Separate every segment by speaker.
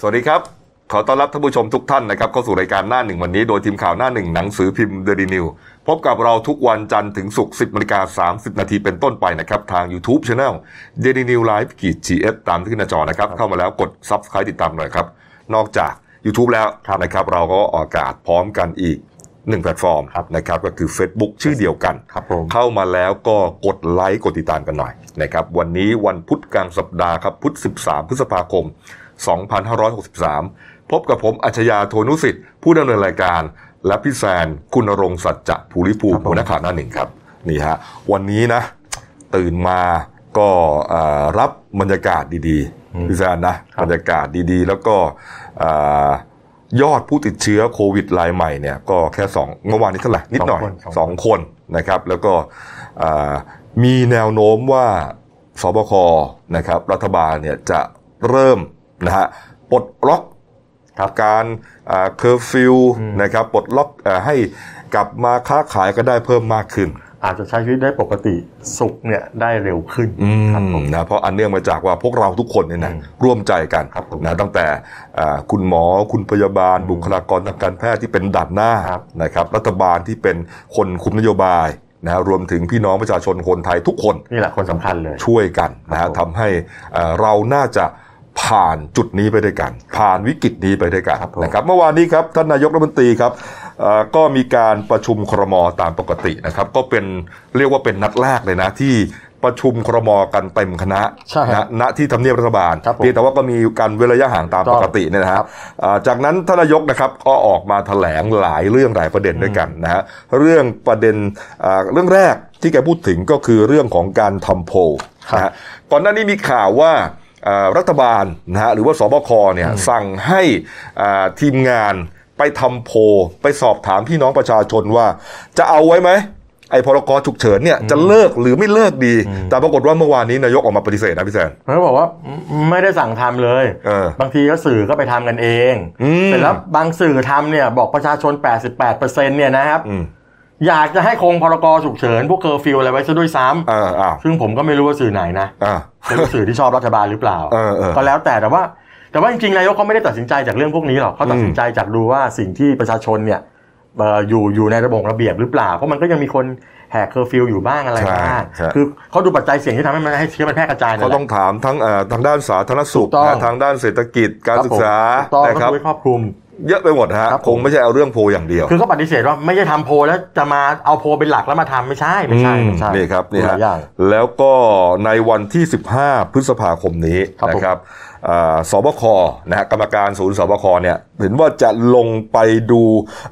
Speaker 1: สวัสดีครับ ขอต้อนรับท่านผู้ชมทุกท่านนะครับเข้าสู่รายการหน้าหนึ่งวันนี้โดยทีมข่าวหน้าหนึ่งหนังสือพิมพ์เดลีนิวพบกับเราทุกวันจันทร์ถึงศุกร์10นาฬิกา30 นาทีเป็นต้นไปนะครับ ทาง YouTube Channel d a i l y New Live กีด GF ตามที่ขึ้นหน้าจอนะครับ เข้ามาแล้วกด Subscribe ติดตามหน่อยครับ นอกจาก YouTube แล้วนะครับเราก็ออกอากาศพร้อมกันอีกหนึ่งแพลตฟอร์มนะครับก็คือ Facebook ชื่อเดียวกัน
Speaker 2: ครับผม
Speaker 1: เข้ามาแล้วก็กดไลค์กดติดตามกันหน่อยนะครับวันนี้วันพุธกลางสัปดาห์ครับพุธ 13 พฤษภาคม 2563 พบกับผมอัจฉริยาโทนุสิทธิ์ ผู้ดำเนินรายการ และพี่แซนคุณณรงค์สัจจะภูริภูมิ
Speaker 2: ครับผม
Speaker 1: หัวหน้าข่าวหน้าหนึ่งครับนี่ฮะวันนี้นะ ตื่นมาก็เอ่อรับบรรยากาศดีๆพี่แซนนะบรรยากาศดีๆ แล้วก็เอ่อยอดผู้ติดเชื้อโควิดรายใหม่เนี่ยก็แค่สองเมื่อวานนี้เท่าไหร่นิดหน่อย
Speaker 2: สองคน
Speaker 1: สองคนนะครับแล้วก็อ่ามีแนวโน้มว่าสบคนะครับรัฐบาลเนี่ยจะเริ่มนะฮะปลดล็อกการเคอร์ฟิวนะครับปลดล็อกอาให้กลับมาค้าขายก็ได้เพิ่มมากขึ้น
Speaker 2: อาจจะใช้ชีวิตได้ปกติสุขเนี่ยได้เร็วขึ้น
Speaker 1: ครับผมนะเพราะอันเนื่องมาจากว่าพวกเราทุกคนเนี่ยนะ
Speaker 2: อืม
Speaker 1: ร่วมใจกัน
Speaker 2: ครับผม
Speaker 1: นะตั้งแต่อ่าคุณหมอคุณพยาบาล บุคลากรทางการแพทย์ที่เป็นด่านหน้า
Speaker 2: ครับ
Speaker 1: นะครับรัฐบาลที่เป็นคนคุมนโยบายนะฮะรวมถึงพี่น้องประชาชนคนไทยทุกคน
Speaker 2: นี่แหละคนสำคัญเลย
Speaker 1: ช่วยกันนะ
Speaker 2: ครั
Speaker 1: ฮะ
Speaker 2: บผม
Speaker 1: ทำให้เอ่อเราน่าจะผ่านจุดนี้ไปด้วยกัน ผ่านวิกฤตนี้ไปด้วยกันนะครับเมื่อวานนี้ครับท่านนายกรัฐมนตรีครับเอ่อก็มีการประชุมครมตามปกตินะครับ ก็เป็นเรียกว่าเป็นนัดแรกเลยนะที่ประชุมครมกันเต็มคณะ
Speaker 2: ใช่ครั
Speaker 1: นะ
Speaker 2: บ
Speaker 1: ณที่ทำเนียบรัฐบาล
Speaker 2: ครับผม
Speaker 1: เพียงแต่ว่าก็มีการเว้นระยะห่างตามปกติเนี่ยนะ
Speaker 2: ค
Speaker 1: ฮะ
Speaker 2: รับ
Speaker 1: เอ่อจากนั้นท่านนายกนะครับก็ออกมาแถลงหลายเรื่องหลายประเด็นด้วยกันนะฮะเรื่องประเด็นเอ่อเรื่องแรกที่แกพูดถึงก็คือเรื่องของการทำโพล
Speaker 2: ครับ
Speaker 1: นะฮะก่อนหน้านี้มีข่าวว่าเอ่อรัฐบาลนะฮะหรือว่าสบคเนี่ยสั่งให้อ่าทีมงานไปทำโพลไปสอบถามพี่น้องประชาชนว่า จะเอาไว้ไหมไอ้พรกฉุกเฉินเนี่ยจะเลิกหรือไม่เลิกดี แต่ปรากฏว่าเมื่อวานนี้นายกออกมาปฏิเสธนะพี่แซน
Speaker 2: เขาบอกว่าอืมไม่ได้สั่งทำเลย
Speaker 1: เออบ
Speaker 2: างทีก็สื่อก็ไปทำกันเอง
Speaker 1: อืม
Speaker 2: เสร็จแล้วบางสื่อทำเนี่ยบอกประชาชน 88%เนี่ยนะครับ
Speaker 1: อืม
Speaker 2: อยากจะให้คงพรกฉุกเฉินพวกเคอร์ฟิวอะไรไว้ซะด้วยซ้
Speaker 1: เอ่าอ้าว
Speaker 2: ำซึ่งผมก็ไม่รู้ว่าสื่อไหนนะ
Speaker 1: อ่า
Speaker 2: ไม่รู้สื่อที่ชอบรัฐบาลหรือเปล่า
Speaker 1: เออเออ
Speaker 2: ก็แล้วแต่แต่ว่า แต่ว่าจริงๆนายกเขาไม่ได้ตัดสินใจจากเรื่องพวกนี้หรอกเขาตัดสินใจจากดูว่าสิ่งที่ประชาชนเนี่ยเอ่ออยู่อยู่ในระบบระเบียบหรือเปล่า เพราะมันก็ยังมีคนแหกเคอร์ฟิวอยู่บ้างอะไรบ้าง
Speaker 1: ใช่ใช่
Speaker 2: คือเขาดูปัจจัยเสี่ยงที่ทำให้มันให้เชื้อมันแพร่กระจายนั่
Speaker 1: เขา
Speaker 2: นแห
Speaker 1: ต้
Speaker 2: ละ
Speaker 1: องถามทั้งเอ่อทางด้านสาธารณสุข
Speaker 2: ถูกต้อง
Speaker 1: นะทางด้านเศรษฐกิจการศึกษา
Speaker 2: ครับผมถูต้อง
Speaker 1: นะค
Speaker 2: ก็
Speaker 1: รับ
Speaker 2: คือครอบคลุม
Speaker 1: เยอะไปหมดฮะ
Speaker 2: ครับผม
Speaker 1: คงไม่ใช่เอาเรื่องโพลอย่างเดียว
Speaker 2: คือเขาปฏิเสธว่าไม่ได้ทำโพลแล้วจะมาเอาโพลเป็นหลักแล้วมาทำไม่ใช่ไม่ใช่ไม่ใช่
Speaker 1: อืมนี่ครับนี่
Speaker 2: ห
Speaker 1: ฮะ
Speaker 2: ลายอย่าง
Speaker 1: แล้วก็ในวันที่ 15 พฤษภาคมนี้
Speaker 2: ครับผม
Speaker 1: นะครับอ่าสบคนะฮะกรรมการศูนย์สบคเนี่ยเห็นว่าจะลงไปดู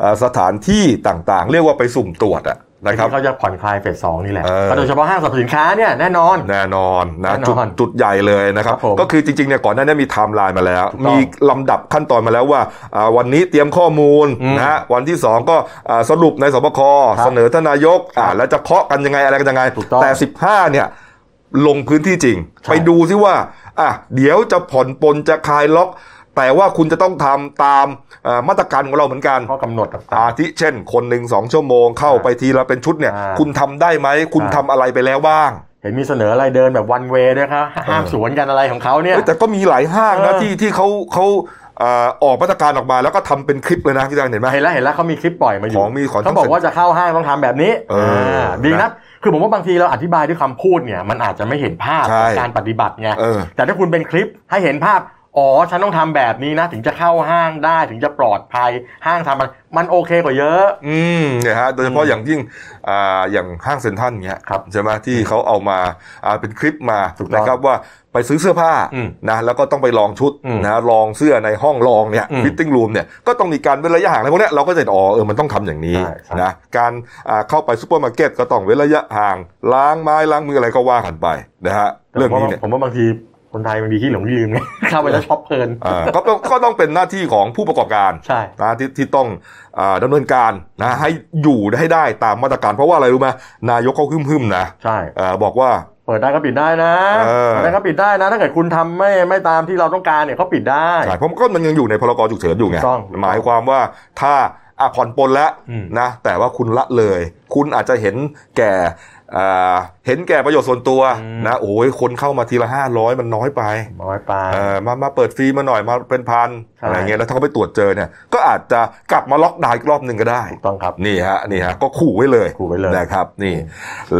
Speaker 1: อ่าสถานที่ต่างๆ เรียกว่าไปสุ่มตรวจอะนะครับ
Speaker 2: ที่เขาจะผ่อนคลายเฟสสองนี่แหละ
Speaker 1: เออ
Speaker 2: ก็โดยเฉพาะห้างสรรพสินค้าเนี่ยแน่นอน
Speaker 1: แน่นอนนะ
Speaker 2: แน่นอน
Speaker 1: จุดจุดใหญ่เลยนะครับ
Speaker 2: ครับผม
Speaker 1: ก็คือจริงๆเนี่ยก่อนหน้านี้มีไทม์ไลน์มาแล้ว
Speaker 2: ถูกต้อง
Speaker 1: มีลำดับขั้นตอนมาแล้วว่าอ่าวันนี้เตรียมข้อมูล
Speaker 2: อืม
Speaker 1: นะฮะวันที่ 2 ก็อ่าสรุปในสบค
Speaker 2: ครับ
Speaker 1: เสนอทานนายกอ่าแล้วจะเคาะกันยังไงอะไรกันยังไง
Speaker 2: ถูกต้อง
Speaker 1: แต่ 15 เนี่ยลงพื้นที่จริง
Speaker 2: ใช่
Speaker 1: ไปดูซิว่าอ่ะเดี๋ยวจะผ่อนปลนจะคลายล็อก แต่ว่าคุณจะต้องทำตามอ่ามาตรการของเราเหมือนกัน
Speaker 2: ข้อกำหนดต่างๆ
Speaker 1: อาทิเช่น คนหนึ่งสองชั่วโมงเข้าไปทีละเป็นชุดเนี่ย
Speaker 2: อ่า
Speaker 1: คุณทำได้ไหมคุณ
Speaker 2: อ่า
Speaker 1: ทำอะไรไปแล้วบ้าง
Speaker 2: เห็นมีเสนออะไรเดินแบบวันเวย์ด้วยครับห้ามสวนกันอะไรของเขาเนี่ย
Speaker 1: เอ้ยแต่ก็มีหลายห้างนะ
Speaker 2: เออ
Speaker 1: ที่ที่เขาเขาเอ่อออกมาตรการออกมาแล้วก็ทำเป็นคลิปเลยนะพี่แจงเห็นไหม
Speaker 2: เห็นแล้วเห็นแล้วเขามีคลิปปล่อยมาอยู่
Speaker 1: ของมีของ
Speaker 2: เขาบอกว่าจะเข้าห้างต้องทำแบบนี้
Speaker 1: เอออ่
Speaker 2: าดีนะคือผมว่าบางทีเราอธิบายด้วยคำพูดเนี่ย มันอาจจะไม่เห็นภาพ
Speaker 1: ใช่
Speaker 2: ของการปฏิบัติไง
Speaker 1: เออ
Speaker 2: แต่ถ้าคุณเป็นคลิปให้เห็นภาพอ๋อฉันต้องทำแบบนี้นะ ถึงจะเข้าห้างได้ถึงจะปลอดภัยห้างทำมันมันโอเคกว่าเยอะ
Speaker 1: อืมเนี่ยฮะโดยเฉพาะอย่างยิ่งอ่าอย่างห้างเซ็นทรัลเงี้ย
Speaker 2: ครับ
Speaker 1: ใช่ไหมที่เขาเอามาอ่าเป็นคลิปมา
Speaker 2: ถูกต้อง
Speaker 1: นะครับว่าไปซื้อเสื้อผ้า
Speaker 2: อืม
Speaker 1: นะแล้วก็ต้องไปลองชุด
Speaker 2: อืม
Speaker 1: นะลองเสื้อในห้องลองเนี่ย
Speaker 2: อืม
Speaker 1: ฟิตติ้งรูมเนี่ยก็ต้องมีการเว้นระยะห่างอะไรพวกเนี้ยเราก็จะเห็นอ๋อเออมันต้องทำอย่างนี้
Speaker 2: ใช่ใช่
Speaker 1: นะการอ่าเข้าไปซูเปอร์มาร์เก็ตก็ต้องเว้นระยะห่างล้างไม้ล้างมืออะไรก็ว่ากันไปนะฮะเรื่องนี้เนี่ย
Speaker 2: ผมว่าผมว่าบางทีคนไทยมันมีที่หลงลืมไง เข้าไปแล้วช็อปเพลิน
Speaker 1: อ่าก็ ต้องก็ต้องเป็นหน้าที่ของผู้ประกอบการ
Speaker 2: ใช่
Speaker 1: นะที่ที่ต้องอาดำเนินการนะให้อยู่ให้ได้ตามมาตรการ เพราะว่าอะไรรู้ไหมนายกเขาหึมๆนะ
Speaker 2: ใช่
Speaker 1: เอ่อบอกว่า
Speaker 2: เปิดได้ก็ปิดได้นะ
Speaker 1: เออ
Speaker 2: เปิดได้ก็ปิดได้นะ ถ้าเกิดคุณทำไม่ไม่ตามที่เราต้องการเนี่ยเขาปิดได้
Speaker 1: ใช่เพราะมันก็มันยังอยู่ในพรกฉุกเฉินอยู่ไง
Speaker 2: ถูกต้อง
Speaker 1: หมายความว่าถ้าอ่ะผ่อนปลนแล้ว
Speaker 2: อืม
Speaker 1: นะแต่ว่าคุณละเลย คุณอาจจะเห็นแก่ อ่าเห็นแก่ประโยชน์ส่วนตัว
Speaker 2: อืม
Speaker 1: นะโอ้ยคนเข้ามาทีละห้าร้อยมันน้อยไป
Speaker 2: น้อยไป
Speaker 1: เออมามาเปิดฟรีมาหน่อยมาเป็นพัน
Speaker 2: ใช่
Speaker 1: อะไรเงี้ยแล้วถ้าเขาไปตรวจเจอเนี่ย ก็อาจจะกลับมาล็อกดาวน์อีกรอบหนึ่งก็ได้
Speaker 2: ถูกต้องครับ
Speaker 1: นี่ฮะนี่ฮะก็ขู่ไว้เลย
Speaker 2: ขู่ไว้เลย
Speaker 1: นะครับนี่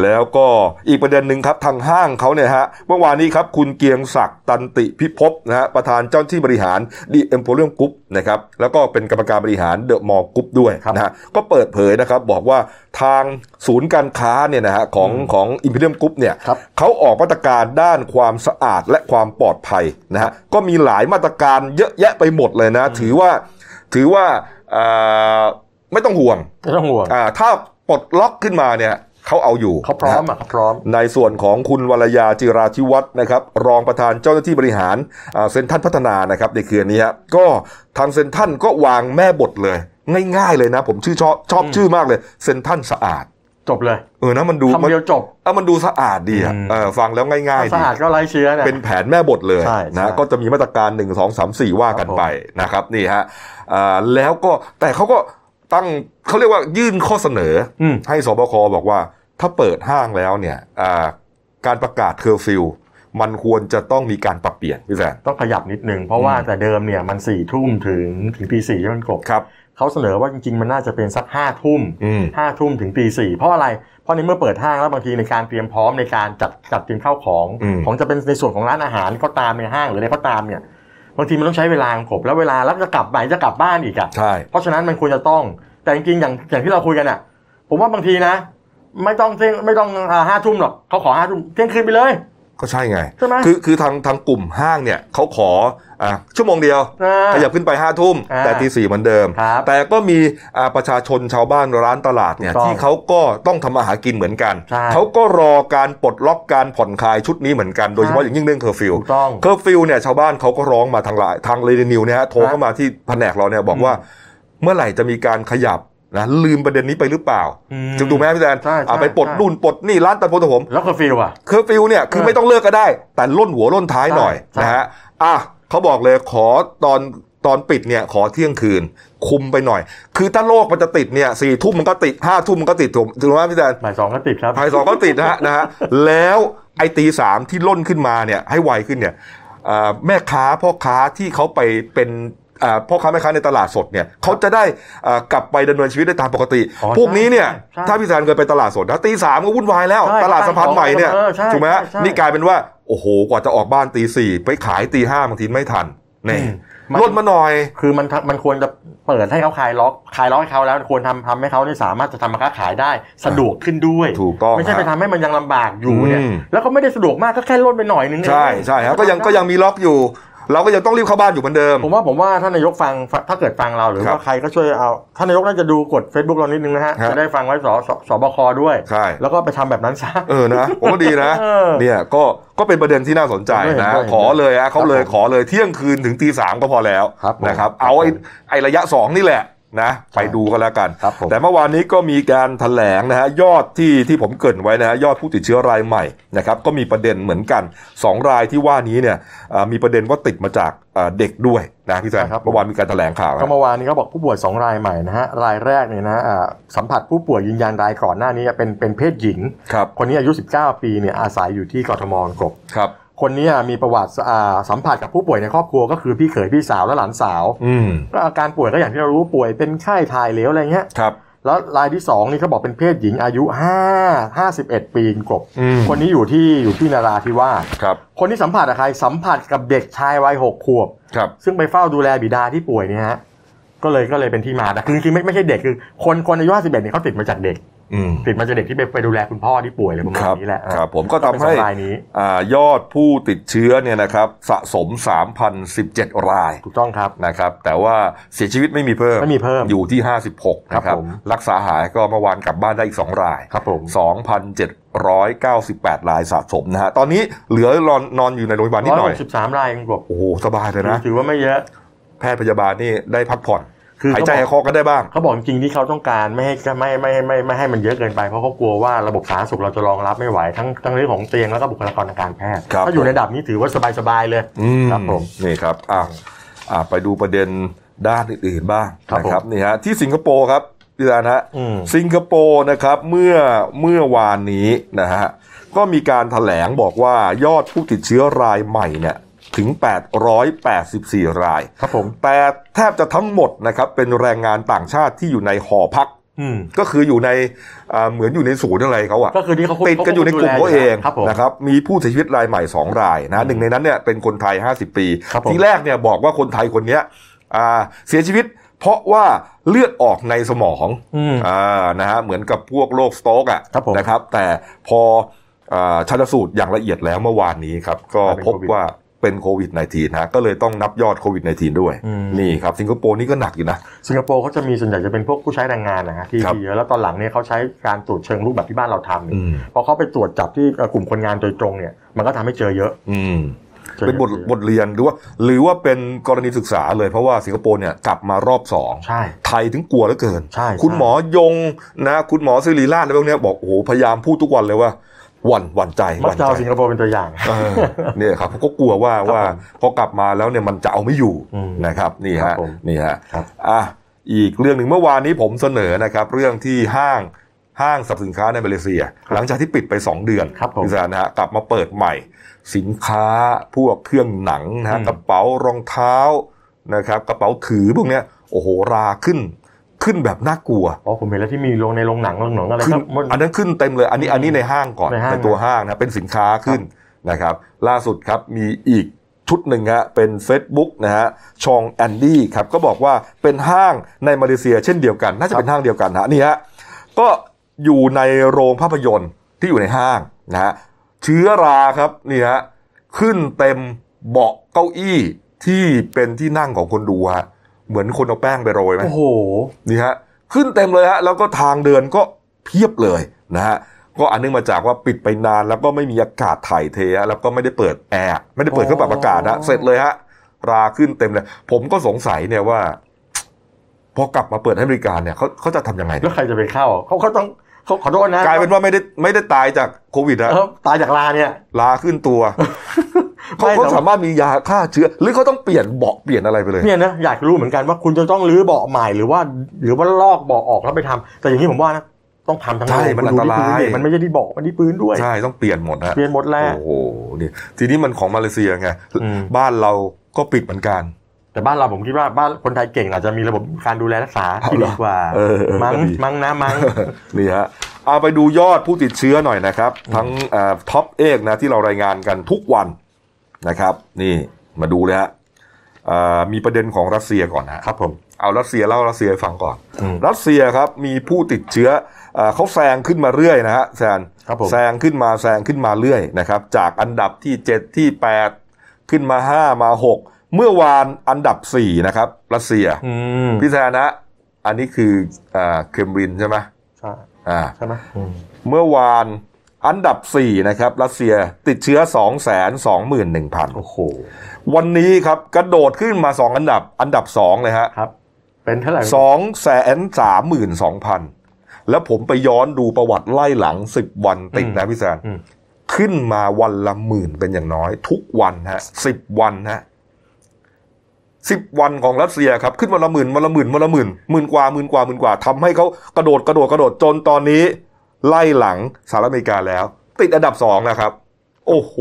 Speaker 1: แล้วก็อีกประเด็นหนึ่งครับทางห้างเขาเนี่ยฮะเมื่อวานนี้ครับคุณเกียงศักดิ์ตันติพิภพนะฮะประธานเจ้าหน้าที่บริหารดีเอ็มโพเรียมกรุ๊ปนะครับแล้วก็เป็นกรรมการบริหารเดอะมอลล์กรุ๊ปด้วยนะฮะก็เปิดเผยนะครับบอกว่าทางศูนย์การค้าเนี่ยนะฮะของของอิมพีเรียมกรุ๊ปเนี่ย
Speaker 2: ครับ
Speaker 1: เขาออกมาตรการด้านความสะอาดและความปลอดภัยนะฮะก็มีหลายมาตรการเยอะแยะไปหมดเลยนะ ถือว่าถือว่าเอ่อไม่ต้องห่วง
Speaker 2: ไม่ต้องห่วง
Speaker 1: อ่าถ้าปลดล็อกขึ้นมาเนี่ยเขาเอาอยู่
Speaker 2: เขาพร้อม
Speaker 1: นะฮะ
Speaker 2: อ่ะเขาพร้อม
Speaker 1: ในส่วนของคุณวรยาจิราธิวัฒน์นะครับ รองประธานเจ้าหน้าที่บริหารอ่าเซ็นทรันพัฒนานะครับในเครือนี้ฮะก็ทางเซ็นทรันก็วางแม่บทเลย ง่ายๆเลยนะ ผมชื่อชอบชอบชื่อมากเลยเซ็นทรันสะอาด
Speaker 2: จบเลย
Speaker 1: เออนะมันดู
Speaker 2: คำ
Speaker 1: มัน
Speaker 2: เดียวจบ
Speaker 1: เออมันดูสะอาดดีอะ
Speaker 2: อืม
Speaker 1: เออฟังแล้วง่ายๆ
Speaker 2: สะ
Speaker 1: ดี
Speaker 2: อาดก็ไร้เชื้อเนี่ย
Speaker 1: เป็นแผนแม่บทเลย
Speaker 2: ใช่ใช่
Speaker 1: นะก็จะมีมาตรการ 1 2 3 4 ว่ากันไปนะครับนี่ฮะอ่าแล้วก็แต่เขาก็ตั้งเขาเรียกว่ายื่นข้อเสนออ
Speaker 2: ม
Speaker 1: ให้สบคบอกว่าถ้าเปิดห้างแล้วเนี่ยอ่าการประกาศเคอร์ฟิวมันควรจะต้องมีการปรับเปลี่ยนพี่แซน
Speaker 2: ต้องขยับนิดนึง เพราะว่า
Speaker 1: อืม
Speaker 2: แต่เดิมเนี่ยมันสี่ทุ่มถึงถึงตีสี่ใช่ไหมมันกบ
Speaker 1: ครับ
Speaker 2: เขาเสนอว่าจริงๆ มันน่าจะเป็นสักห้าทุ่ม
Speaker 1: อืม
Speaker 2: ห้าทุ่มถึงตีสี่เพราะอะไร เพราะในเมื่อเปิดห้างแล้วบางทีในการเตรียมพร้อมในการจัดจัดเตรียมข้าวของ
Speaker 1: อืม
Speaker 2: ของจะเป็นในส่วนของร้านอาหารก็ตามในห้างหรืออะไรก็ตามเนี่ยบางทีมันต้องใช้เวลาของกบแล้วเวลาแล้วจะกลับไปจะกลับบ้านอีกอ่ะ
Speaker 1: ใช่
Speaker 2: เพราะฉะนั้นมันควรจะต้องแต่จริงๆอย่างอย่างที่เราคุยกันอ่ะ ผมว่าบางทีนะ ไม่ต้องเที่ยงไม่ต้องห้าทุ่มหรอกเขาขอห้าทุ่มเที่ยงคืนไปเลย
Speaker 1: ก็ใช่ไง
Speaker 2: ใช่ไหม
Speaker 1: คือคือทางทางกลุ่มห้างเนี่ยเขาขออ่ะชั่วโมงเดียว
Speaker 2: อ่า
Speaker 1: ขยับขึ้นไปห้าทุ่ม
Speaker 2: อ่า
Speaker 1: แต่ตีสี่เหมือนเดิม
Speaker 2: ครับ
Speaker 1: แต่ก็มีอ่าประชาชนชาวบ้านร้านตลาดเนี่ย
Speaker 2: ถูกต้อง
Speaker 1: ที่เขาก็ต้องทำมาหากินเหมือนกัน
Speaker 2: ใช่
Speaker 1: เขาก็รอการปลดล็อกการผ่อนคลายชุดนี้เหมือนกัน โดยเฉพาะอย่างยิ่งเรื่องเคอร์ฟิว
Speaker 2: ถูกต้อง
Speaker 1: เคอร์ฟิวเนี่ยชาวบ้านเขาก็ร้องมาทางไลน์ทางเรดินิวเนี่ยฮะโทรเข้ามาที่แผนกเราเนี่ยบอกว่า เมื่อไหร่จะมีการขยับนะลืมประเด็นนี้ไปหรือเปล่า
Speaker 2: อืม
Speaker 1: จึงดูไหมพี่แดน
Speaker 2: ใช่ใช่
Speaker 1: เอาไปปลด
Speaker 2: ใช่
Speaker 1: นู่นปลดนี่ร้านตัดผมตัดผม
Speaker 2: แล้วเคอร์ฟิวอ่ะ
Speaker 1: เคอร์ฟิวเนี่ยคือไม่ต้องเลิกก็ได้ แต่ล่นหัวล่นท้ายหน่อย
Speaker 2: ใช่ใช่
Speaker 1: นะฮะอ่ะเขาบอกเลยขอตอนตอนปิดเนี่ยขอเที่ยงคืน คุมไปหน่อย คือถ้าโลกมันจะติดเนี่ยสี่ทุ่มมันก็ติดห้าทุ่มมันก็ติดถูกถูกไหมพี่แดน
Speaker 2: บ่ายสองก็ติดครับ
Speaker 1: ภายสองก็ติดนะฮะนะฮะแล้วไอ้ตีสามที่ล่นขึ้นมาเนี่ยให้ไวขึ้นเนี่ยอ่าแม่ค้าพ่อค้าที่เขาไปเป็นอ่าพ่อค้าแม่ค้าในตลาดสดเนี่ยเขาจะได้อ่ากลับไปดำเนินชีวิตได้ตามปกติ
Speaker 2: อ๋อ
Speaker 1: พวกนี้เนี่ย
Speaker 2: ใช่ใช่
Speaker 1: ถ้าพี่แซนเคยไปตลาดสดนะตีสามก็วุ่นวายแล้ว
Speaker 2: ใช่
Speaker 1: ตลาดสะพานใหม่เนี่ย
Speaker 2: เออใช่
Speaker 1: ถูกไหมฮะ
Speaker 2: ใช่ใช่
Speaker 1: นี่กลายเป็นว่า โอ้โห กว่าจะออกบ้านตีสี่ไปขายตีห้าบางทีไม่ทันนี่ลดมาหน่อย
Speaker 2: คือมันทำมันควรจะเปิดให้เขาคลายล็อกคลายล็อกให้เขาแล้วควรทำทำให้เขาเนี่ยสามารถจะทำมาค้าขายได้สะดวกขึ้นด้วย
Speaker 1: ถูกต้อง
Speaker 2: ไม่ใช่ไป
Speaker 1: ฮะ
Speaker 2: ทำให้มันยังลำบากอยู่เนี่ย
Speaker 1: อืม
Speaker 2: แล้วก็ไม่ได้สะดวกมากก็แค่ลดไปหน่อยนึงเอง
Speaker 1: ใช่ใช่ฮะก็ยังก็ยังมีล็อกอยู่ เราก็ยังต้องรีบเข้าบ้านอยู่เหมือนเดิม
Speaker 2: ผมว่าผมว่าท่านนายกฟังฟังถ้าเกิดฟังเราหรือ
Speaker 1: ครับ
Speaker 2: ว่าใครก็ช่วยเอาท่านนายกน่าจะดูกด Facebook เรานิดนึงนะฮะ
Speaker 1: ฮะ
Speaker 2: จะได้ฟังไว้สสสบคด้วย
Speaker 1: ใช่
Speaker 2: แล้วก็ไปทำแบบนั้นซะ
Speaker 1: เออนะผมว่าดีนะ
Speaker 2: เออ
Speaker 1: เนี่ยก็ก็เป็นประเด็นที่น่าสนใจนะ
Speaker 2: เห็นด้วย
Speaker 1: ขอเลยอะ
Speaker 2: ครั
Speaker 1: เขา
Speaker 2: บ
Speaker 1: เลย
Speaker 2: ผม
Speaker 1: ขอเลยเที่ยงคืนถึงตีสามก็พอแล้ว
Speaker 2: ครับผม
Speaker 1: นะครับ
Speaker 2: ครับ
Speaker 1: เอาไอ้
Speaker 2: ผม
Speaker 1: ไอ้ระยะสองนี่แหละนะ ไปดูกันแล้วกัน
Speaker 2: ครับผม
Speaker 1: แต่เมื่อวานนี้ก็มีการถแถลงนะฮะยอดที่ที่ผมเกรินไว้นะฮะยอดผู้ติดเชื้อรายใหม่นะครับก็มีประเด็นเหมือนกัน 2 รายที่ว่านี้เนี่ยเอ่อมีประเด็นว่าติดมาจากเอ่อเด็กด้วยนะพี่แซน
Speaker 2: ใช่ครับผม
Speaker 1: เมื่อวานมีการถแถลงข่าว
Speaker 2: ก็
Speaker 1: นะ
Speaker 2: เมื่อวานนี้เขาบอกผู้ป่วยสองรายใหม่นะฮะรายแรกเนี่ยนะอ่าสัมผัสผู้ป่วยยืนยันรายก่อนหน้านี้เป็นเป็นเพศหญิง
Speaker 1: ครับ
Speaker 2: คนนี้อายุ 19 ปีเนี่ยอาศัยอยู่ที่กทมกบ
Speaker 1: ครับ
Speaker 2: คนนี้มีประวัติอ่าสัมผัสกับผู้ป่วยในครอบครัวก็คือพี่เขยพี่สาวและหลานสาว
Speaker 1: อืม
Speaker 2: ก็อาการป่วยก็อย่างที่เรารู้ป่วยเป็นไข้ทายเหลวอะไรเงี้ย
Speaker 1: ครับ
Speaker 2: แล้วรายที่สองนี่เขาบอกเป็นเพศหญิงอายุ5 51 ปีกบ
Speaker 1: อืม
Speaker 2: คนนี้อยู่ที่อยู่ที่นาราธิวาส
Speaker 1: ครับ
Speaker 2: คนที่สัมผัสกับใครสัมผัสกับเด็กชายวัยหกขวบ
Speaker 1: ครับ
Speaker 2: ซึ่งไปเฝ้าดูแลบิดาที่ป่วยเนี่ยฮะก็เลยก็เลยเป็นที่มาแต่คือจริงๆไม่ไม่ใช่เด็กคือคนคนอายุ51เนี่ยเขาติดมาจากเด็ก
Speaker 1: อืม
Speaker 2: ติดมาจากเด็กที่ไปไปดูแลคุณพ่อที่ป่วยเลยประมาณนี้แหละ
Speaker 1: ครับผมก็ทำให้
Speaker 2: ก็เป็นสองรายนี้
Speaker 1: อ่ายอดผู้ติดเชื้อเนี่ยนะครับสะสม 3,017 ราย
Speaker 2: ถูกต้องครับ
Speaker 1: นะครับ แต่ว่าเสียชีวิตไม่มีเพิ่ม
Speaker 2: ไม่มีเพิ่ม
Speaker 1: อยู่ที่ 56 นะค
Speaker 2: ครั
Speaker 1: รับบ
Speaker 2: ผม
Speaker 1: รักษาหายก็เมื่อวานกลับบ้านได้อีก 2 ราย
Speaker 2: ครับผม
Speaker 1: 2,798 รายสะสมนะฮะ ตอนนี้เหลือนอนนอนอยู่ในโรงพยาบาลนิดหน่อย
Speaker 2: สิบสามรายเองกบ
Speaker 1: โอ้โห สบายเลยนะ
Speaker 2: ถือว่าไม่เยอะ
Speaker 1: แพทย์พยาบาลนี่ได้พักผ่อน
Speaker 2: คือ
Speaker 1: หาย
Speaker 2: เขา
Speaker 1: ใจ
Speaker 2: บอก
Speaker 1: หายคอก็ได้บ้าง
Speaker 2: เขาบอกจริงๆที่เขาต้องการไม่ให้ไม่ไม่ไมไม่ไม่ให้มันเยอะเกินไปเพราะเขากลัวว่าระบบสาธารณสุขเราจะรองรับไม่ไหวทั้งทั้งเรื่องของเตียงแล้วก็บุคลากรทางการแพทย์
Speaker 1: ครับ
Speaker 2: ถ้าอยู่ในระดับนี้ถือว่าสบายๆเลย
Speaker 1: อืม
Speaker 2: ครับผม
Speaker 1: นี่ครับอ่ะอ่ะไปดูประเด็นด้านอื่นๆบ้าง
Speaker 2: ครับ
Speaker 1: นะครับนี่ฮะที่สิงคโปร์ครับ พี่ดานะฮะ
Speaker 2: อืม
Speaker 1: สิงคโปร์นะครับเมื่อเมื่อวานนี้นะฮะก็มีการแถลงบอกว่ายอดผู้ติดเชื้อรายใหม่เนี่ยถึง 884 ราย
Speaker 2: ครับผม
Speaker 1: แต่แทบจะทั้งหมดนะครับเป็นแรงงานต่างชาติที่อยู่ในหอพัก
Speaker 2: อืม
Speaker 1: ก็คืออยู่ในอ่าเหมือนอยู่ในศูนย์อะไรเขาอะ
Speaker 2: ก็คือที่เขาควบ
Speaker 1: ติดกันอยู่ในกลุ่มเขาเอง
Speaker 2: ครับผม
Speaker 1: นะครับ มีผู้เสียชีวิตรายใหม่ 2 รายนะหนึ่งในนั้นเนี่ยเป็นคนไทย 50 ปี
Speaker 2: ครับผม
Speaker 1: ทีแรกเนี่ยบอกว่าคนไทยคนเนี้ยอ่าเสียชีวิตเพราะว่าเลือดออกในสมอง
Speaker 2: อืม
Speaker 1: อ่านะฮะเหมือนกับพวกโรคสโตรกอ่ะ
Speaker 2: ครับผม
Speaker 1: นะครับ แต่พออาชันสูตรอย่างละเอียดแล้วเมื่อวานนี้ครับ ก็
Speaker 2: เป็น
Speaker 1: พ
Speaker 2: โค
Speaker 1: บ
Speaker 2: วิด
Speaker 1: ว่าเป็นโควิด -19 นะก็เลยต้องนับยอดโควิด -19 ด้วย
Speaker 2: อืม
Speaker 1: นี่ครับสิงคโปร์นี่ก็หนักอยู่นะ
Speaker 2: สิงคโปร์เขาจะมีส่วนใหญ่จะเป็นพวกผู้ใช้แรงงานนะฮะที่
Speaker 1: ครับ
Speaker 2: เยอะแล้วตอนหลังเนี่ยเขาใช้การตรวจเชิงรุกแบบที่บ้านเราทำเนี่ย
Speaker 1: อืม
Speaker 2: พอเขาไปตรวจจับที่เอ่อกลุ่มคนงานโดยตรงเนี่ย มันก็ทำให้เจอเยอะ
Speaker 1: อืม
Speaker 2: จอ
Speaker 1: เป็นบท
Speaker 2: ยอะ
Speaker 1: บทเรียนหรือว่า หรือว่าเป็นกรณีศึกษาเลยเพราะว่าสิงคโปร์เนี่ยกลับมารอบสอง
Speaker 2: ใช่
Speaker 1: ไทยถึงกลัวเหลือเกิน
Speaker 2: ใช่ใช่
Speaker 1: คุณหมอยงนะ คุณหมอสิริราชอะไรพวกเนี้ยบอกโอ้โหพยายามพูดทุกวันเลยว่าหวั่นหวั่นใจห
Speaker 2: มัก
Speaker 1: วั่น
Speaker 2: จะเอา
Speaker 1: ใจ
Speaker 2: สิงคโปร์เป็นตัวอย่าง
Speaker 1: เออเนี่ยครับเขาก็กลัวว่า
Speaker 2: ครับ
Speaker 1: ว่า
Speaker 2: ผม
Speaker 1: พอกลับมาแล้วเนี่ยมันจะเอาไม่อยู่
Speaker 2: อืม
Speaker 1: นะครับนี่
Speaker 2: ครั
Speaker 1: ฮะ
Speaker 2: บผม
Speaker 1: นี่ฮะ
Speaker 2: ครับ
Speaker 1: อ่ะอีกเรื่องหนึ่งเมื่อวานนี้ผมเสนอนะครับ เรื่องที่ห้างห้างสรรพสินค้าในมาเลเซีย หลังจากที่ปิดไปสองเดือน
Speaker 2: ครับผม
Speaker 1: พิจารณากลับมาเปิดใหม่ สินค้าพวกเครื่องหนังนะฮะ
Speaker 2: อืม
Speaker 1: กระเป๋ารองเท้านะครับกระเป๋าถือพวกเนี้ยโอ้โหราขึ้นขึ้นแบบน่ากลัว
Speaker 2: อ๋อผมเห็นแล้วที่มีโรงในโรงหนังโรงหนังอะไร
Speaker 1: ขึ้น
Speaker 2: ก็มัน
Speaker 1: อันนั้นขึ้นเต็มเลยอันนี้อันนี้ในห้างก่อน
Speaker 2: ในห้าง
Speaker 1: ตัวห้างนะเป็นสินค้าขึ้นนะครับล่าสุดครับมีอีกชุดหนึ่งฮะเป็น Facebook นะฮะชองแอนดี้ครับก็บอกว่าเป็นห้างในมาเลเซียเช่นเดียวกันน่าจะ
Speaker 2: ครับ
Speaker 1: เป็นห้างเดียวกันฮะนี่ฮะก็อยู่ในโรงภาพยนตร์ที่อยู่ในห้างนะฮะ เชื้อราครับนี่ฮะขึ้นเต็มเบาะเก้าอี้ที่เป็นที่นั่งของคนดูฮะเหมือนคนเอาแป้งไปโรยไหม
Speaker 2: โอ้โห
Speaker 1: นี่ฮะขึ้นเต็มเลยฮะแล้วก็ทางเดินก็เพียบเลยนะฮะก็อันเนื่องมาจากว่าปิดไปนานแล้วก็ไม่มีอากาศถ่ายเทฮะแล้วก็ไม่ได้เปิดแอร์ไม่ได้เปิดเครื่องปรับอากาศนะ
Speaker 2: อ๋อ
Speaker 1: เสร็จเลยฮะราขึ้นเต็มเลย ผมก็สงสัยเนี่ยว่า พอกลับมาเปิดให้บริการเนี่ยเขาเขาจะทำยังไง
Speaker 2: แล้วใครจะไปเข้าเขาเขาต้องเขาขอโทษนะ
Speaker 1: กลายเป็นว่าไม่ได้ไม่ได้ตายจากโควิดนะ
Speaker 2: เออตายจากลาเนี่ย
Speaker 1: ลาขึ้นตัว เขา
Speaker 2: ไม่
Speaker 1: ก็
Speaker 2: แต่ว่า
Speaker 1: สามารถมียาฆ่าเชื้อ หรือเขาต้องเปลี่ยนเบาะเปลี่ยนอะไรไปเลย
Speaker 2: เนี่ยนะอยากรู้เหมือนกันว่าคุณจะต้องรื้อเบาะใหม่หรือว่า หรือว่าลอกเบาะออกแล้วไปทำแต่อย่างนี้ผมว่านะต้องทำทั้ง
Speaker 1: ใช่
Speaker 2: โลก
Speaker 1: มัน
Speaker 2: ดูที่พื้
Speaker 1: อันตราย
Speaker 2: ดิมันไม่ใช่ที่เบาะมันที่พื้นด้วย
Speaker 1: ใช่ต้องเปลี่ยนหมดฮะ
Speaker 2: เปลี่ยนหมดแล้ว
Speaker 1: โอ้โหนี่ทีนี้มันของมาเลเซียไง
Speaker 2: อืม
Speaker 1: บ้านเราก็ปิดเหมือนกัน
Speaker 2: แต่บ้านเราผมคิดว่าบ้านคนไทยเก่งอาจจะมีระบบการดูแลรักษาที่ดีกว่า
Speaker 1: เออเออ
Speaker 2: มั้ง
Speaker 1: ก็ดี
Speaker 2: มั้งนะมั้ง
Speaker 1: นี่ฮะเอาไปดูยอดผู้ติดเชื้อหน่อยนะครับ ทั้งท็อปเอกนะที่เรารายงานกันทุกวันนะครับ นี่มาดูเลยฮะเอ่อมีประเด็นของรัสเซียก่อนฮะ
Speaker 2: ครับผม
Speaker 1: เอารัสเซียเล่ารัสเซียให้ฟังก่อน
Speaker 2: อืม
Speaker 1: รัสเซียครับมีผู้ติดเชื้อเอ่อเขาแซงขึ้นมาเรื่อยนะฮะแซน
Speaker 2: ครับผม
Speaker 1: แซงขึ้นมาแซงขึ้นมาเรื่อยนะครับ จากอันดับที่ 7 ที่ 8 ขึ้นมา 5 มา 6 เมื่อวานอันดับ 4 นะครับ รัสเซีย
Speaker 2: อืม
Speaker 1: พี่แซนนะ อันนี้คือเอ่อเคมรินใช่ไหม
Speaker 2: ใช่
Speaker 1: อ่า
Speaker 2: ใช่ไหมอืม
Speaker 1: เมื่อวานอันดับ 4 นะครับ รัสเซียติดเชื้อ 2 2 1 0 0
Speaker 2: โอ้โห
Speaker 1: 0 วันนี้ครับกระโดดขึ้นมา 2 อันดับ อันดับ 2 เลยฮะ
Speaker 2: ครับ เป็นเท่าไหร่
Speaker 1: สองแสนสามหมื่นสองพันแล้วผมไปย้อนดูประวัติไล่หลังสิบวันติดนะพี่แซน
Speaker 2: อืม
Speaker 1: ขึ้นมาวันละหมื่นเป็นอย่างน้อย ทุกวันฮะสิบวันฮะสิบวันของรัสเซียครับ ขึ้นวันละหมื่นวันละหมื่นวันละหมื่นหมื่นกว่าหมื่นกว่าหมื่นกว่าทำให้เขากระโดดกระโดดกระโดดจนตอนนี้ ไล่หลังสหรัฐอเมริกาแล้ว ติดอันดับสองนะครับ โอ้โห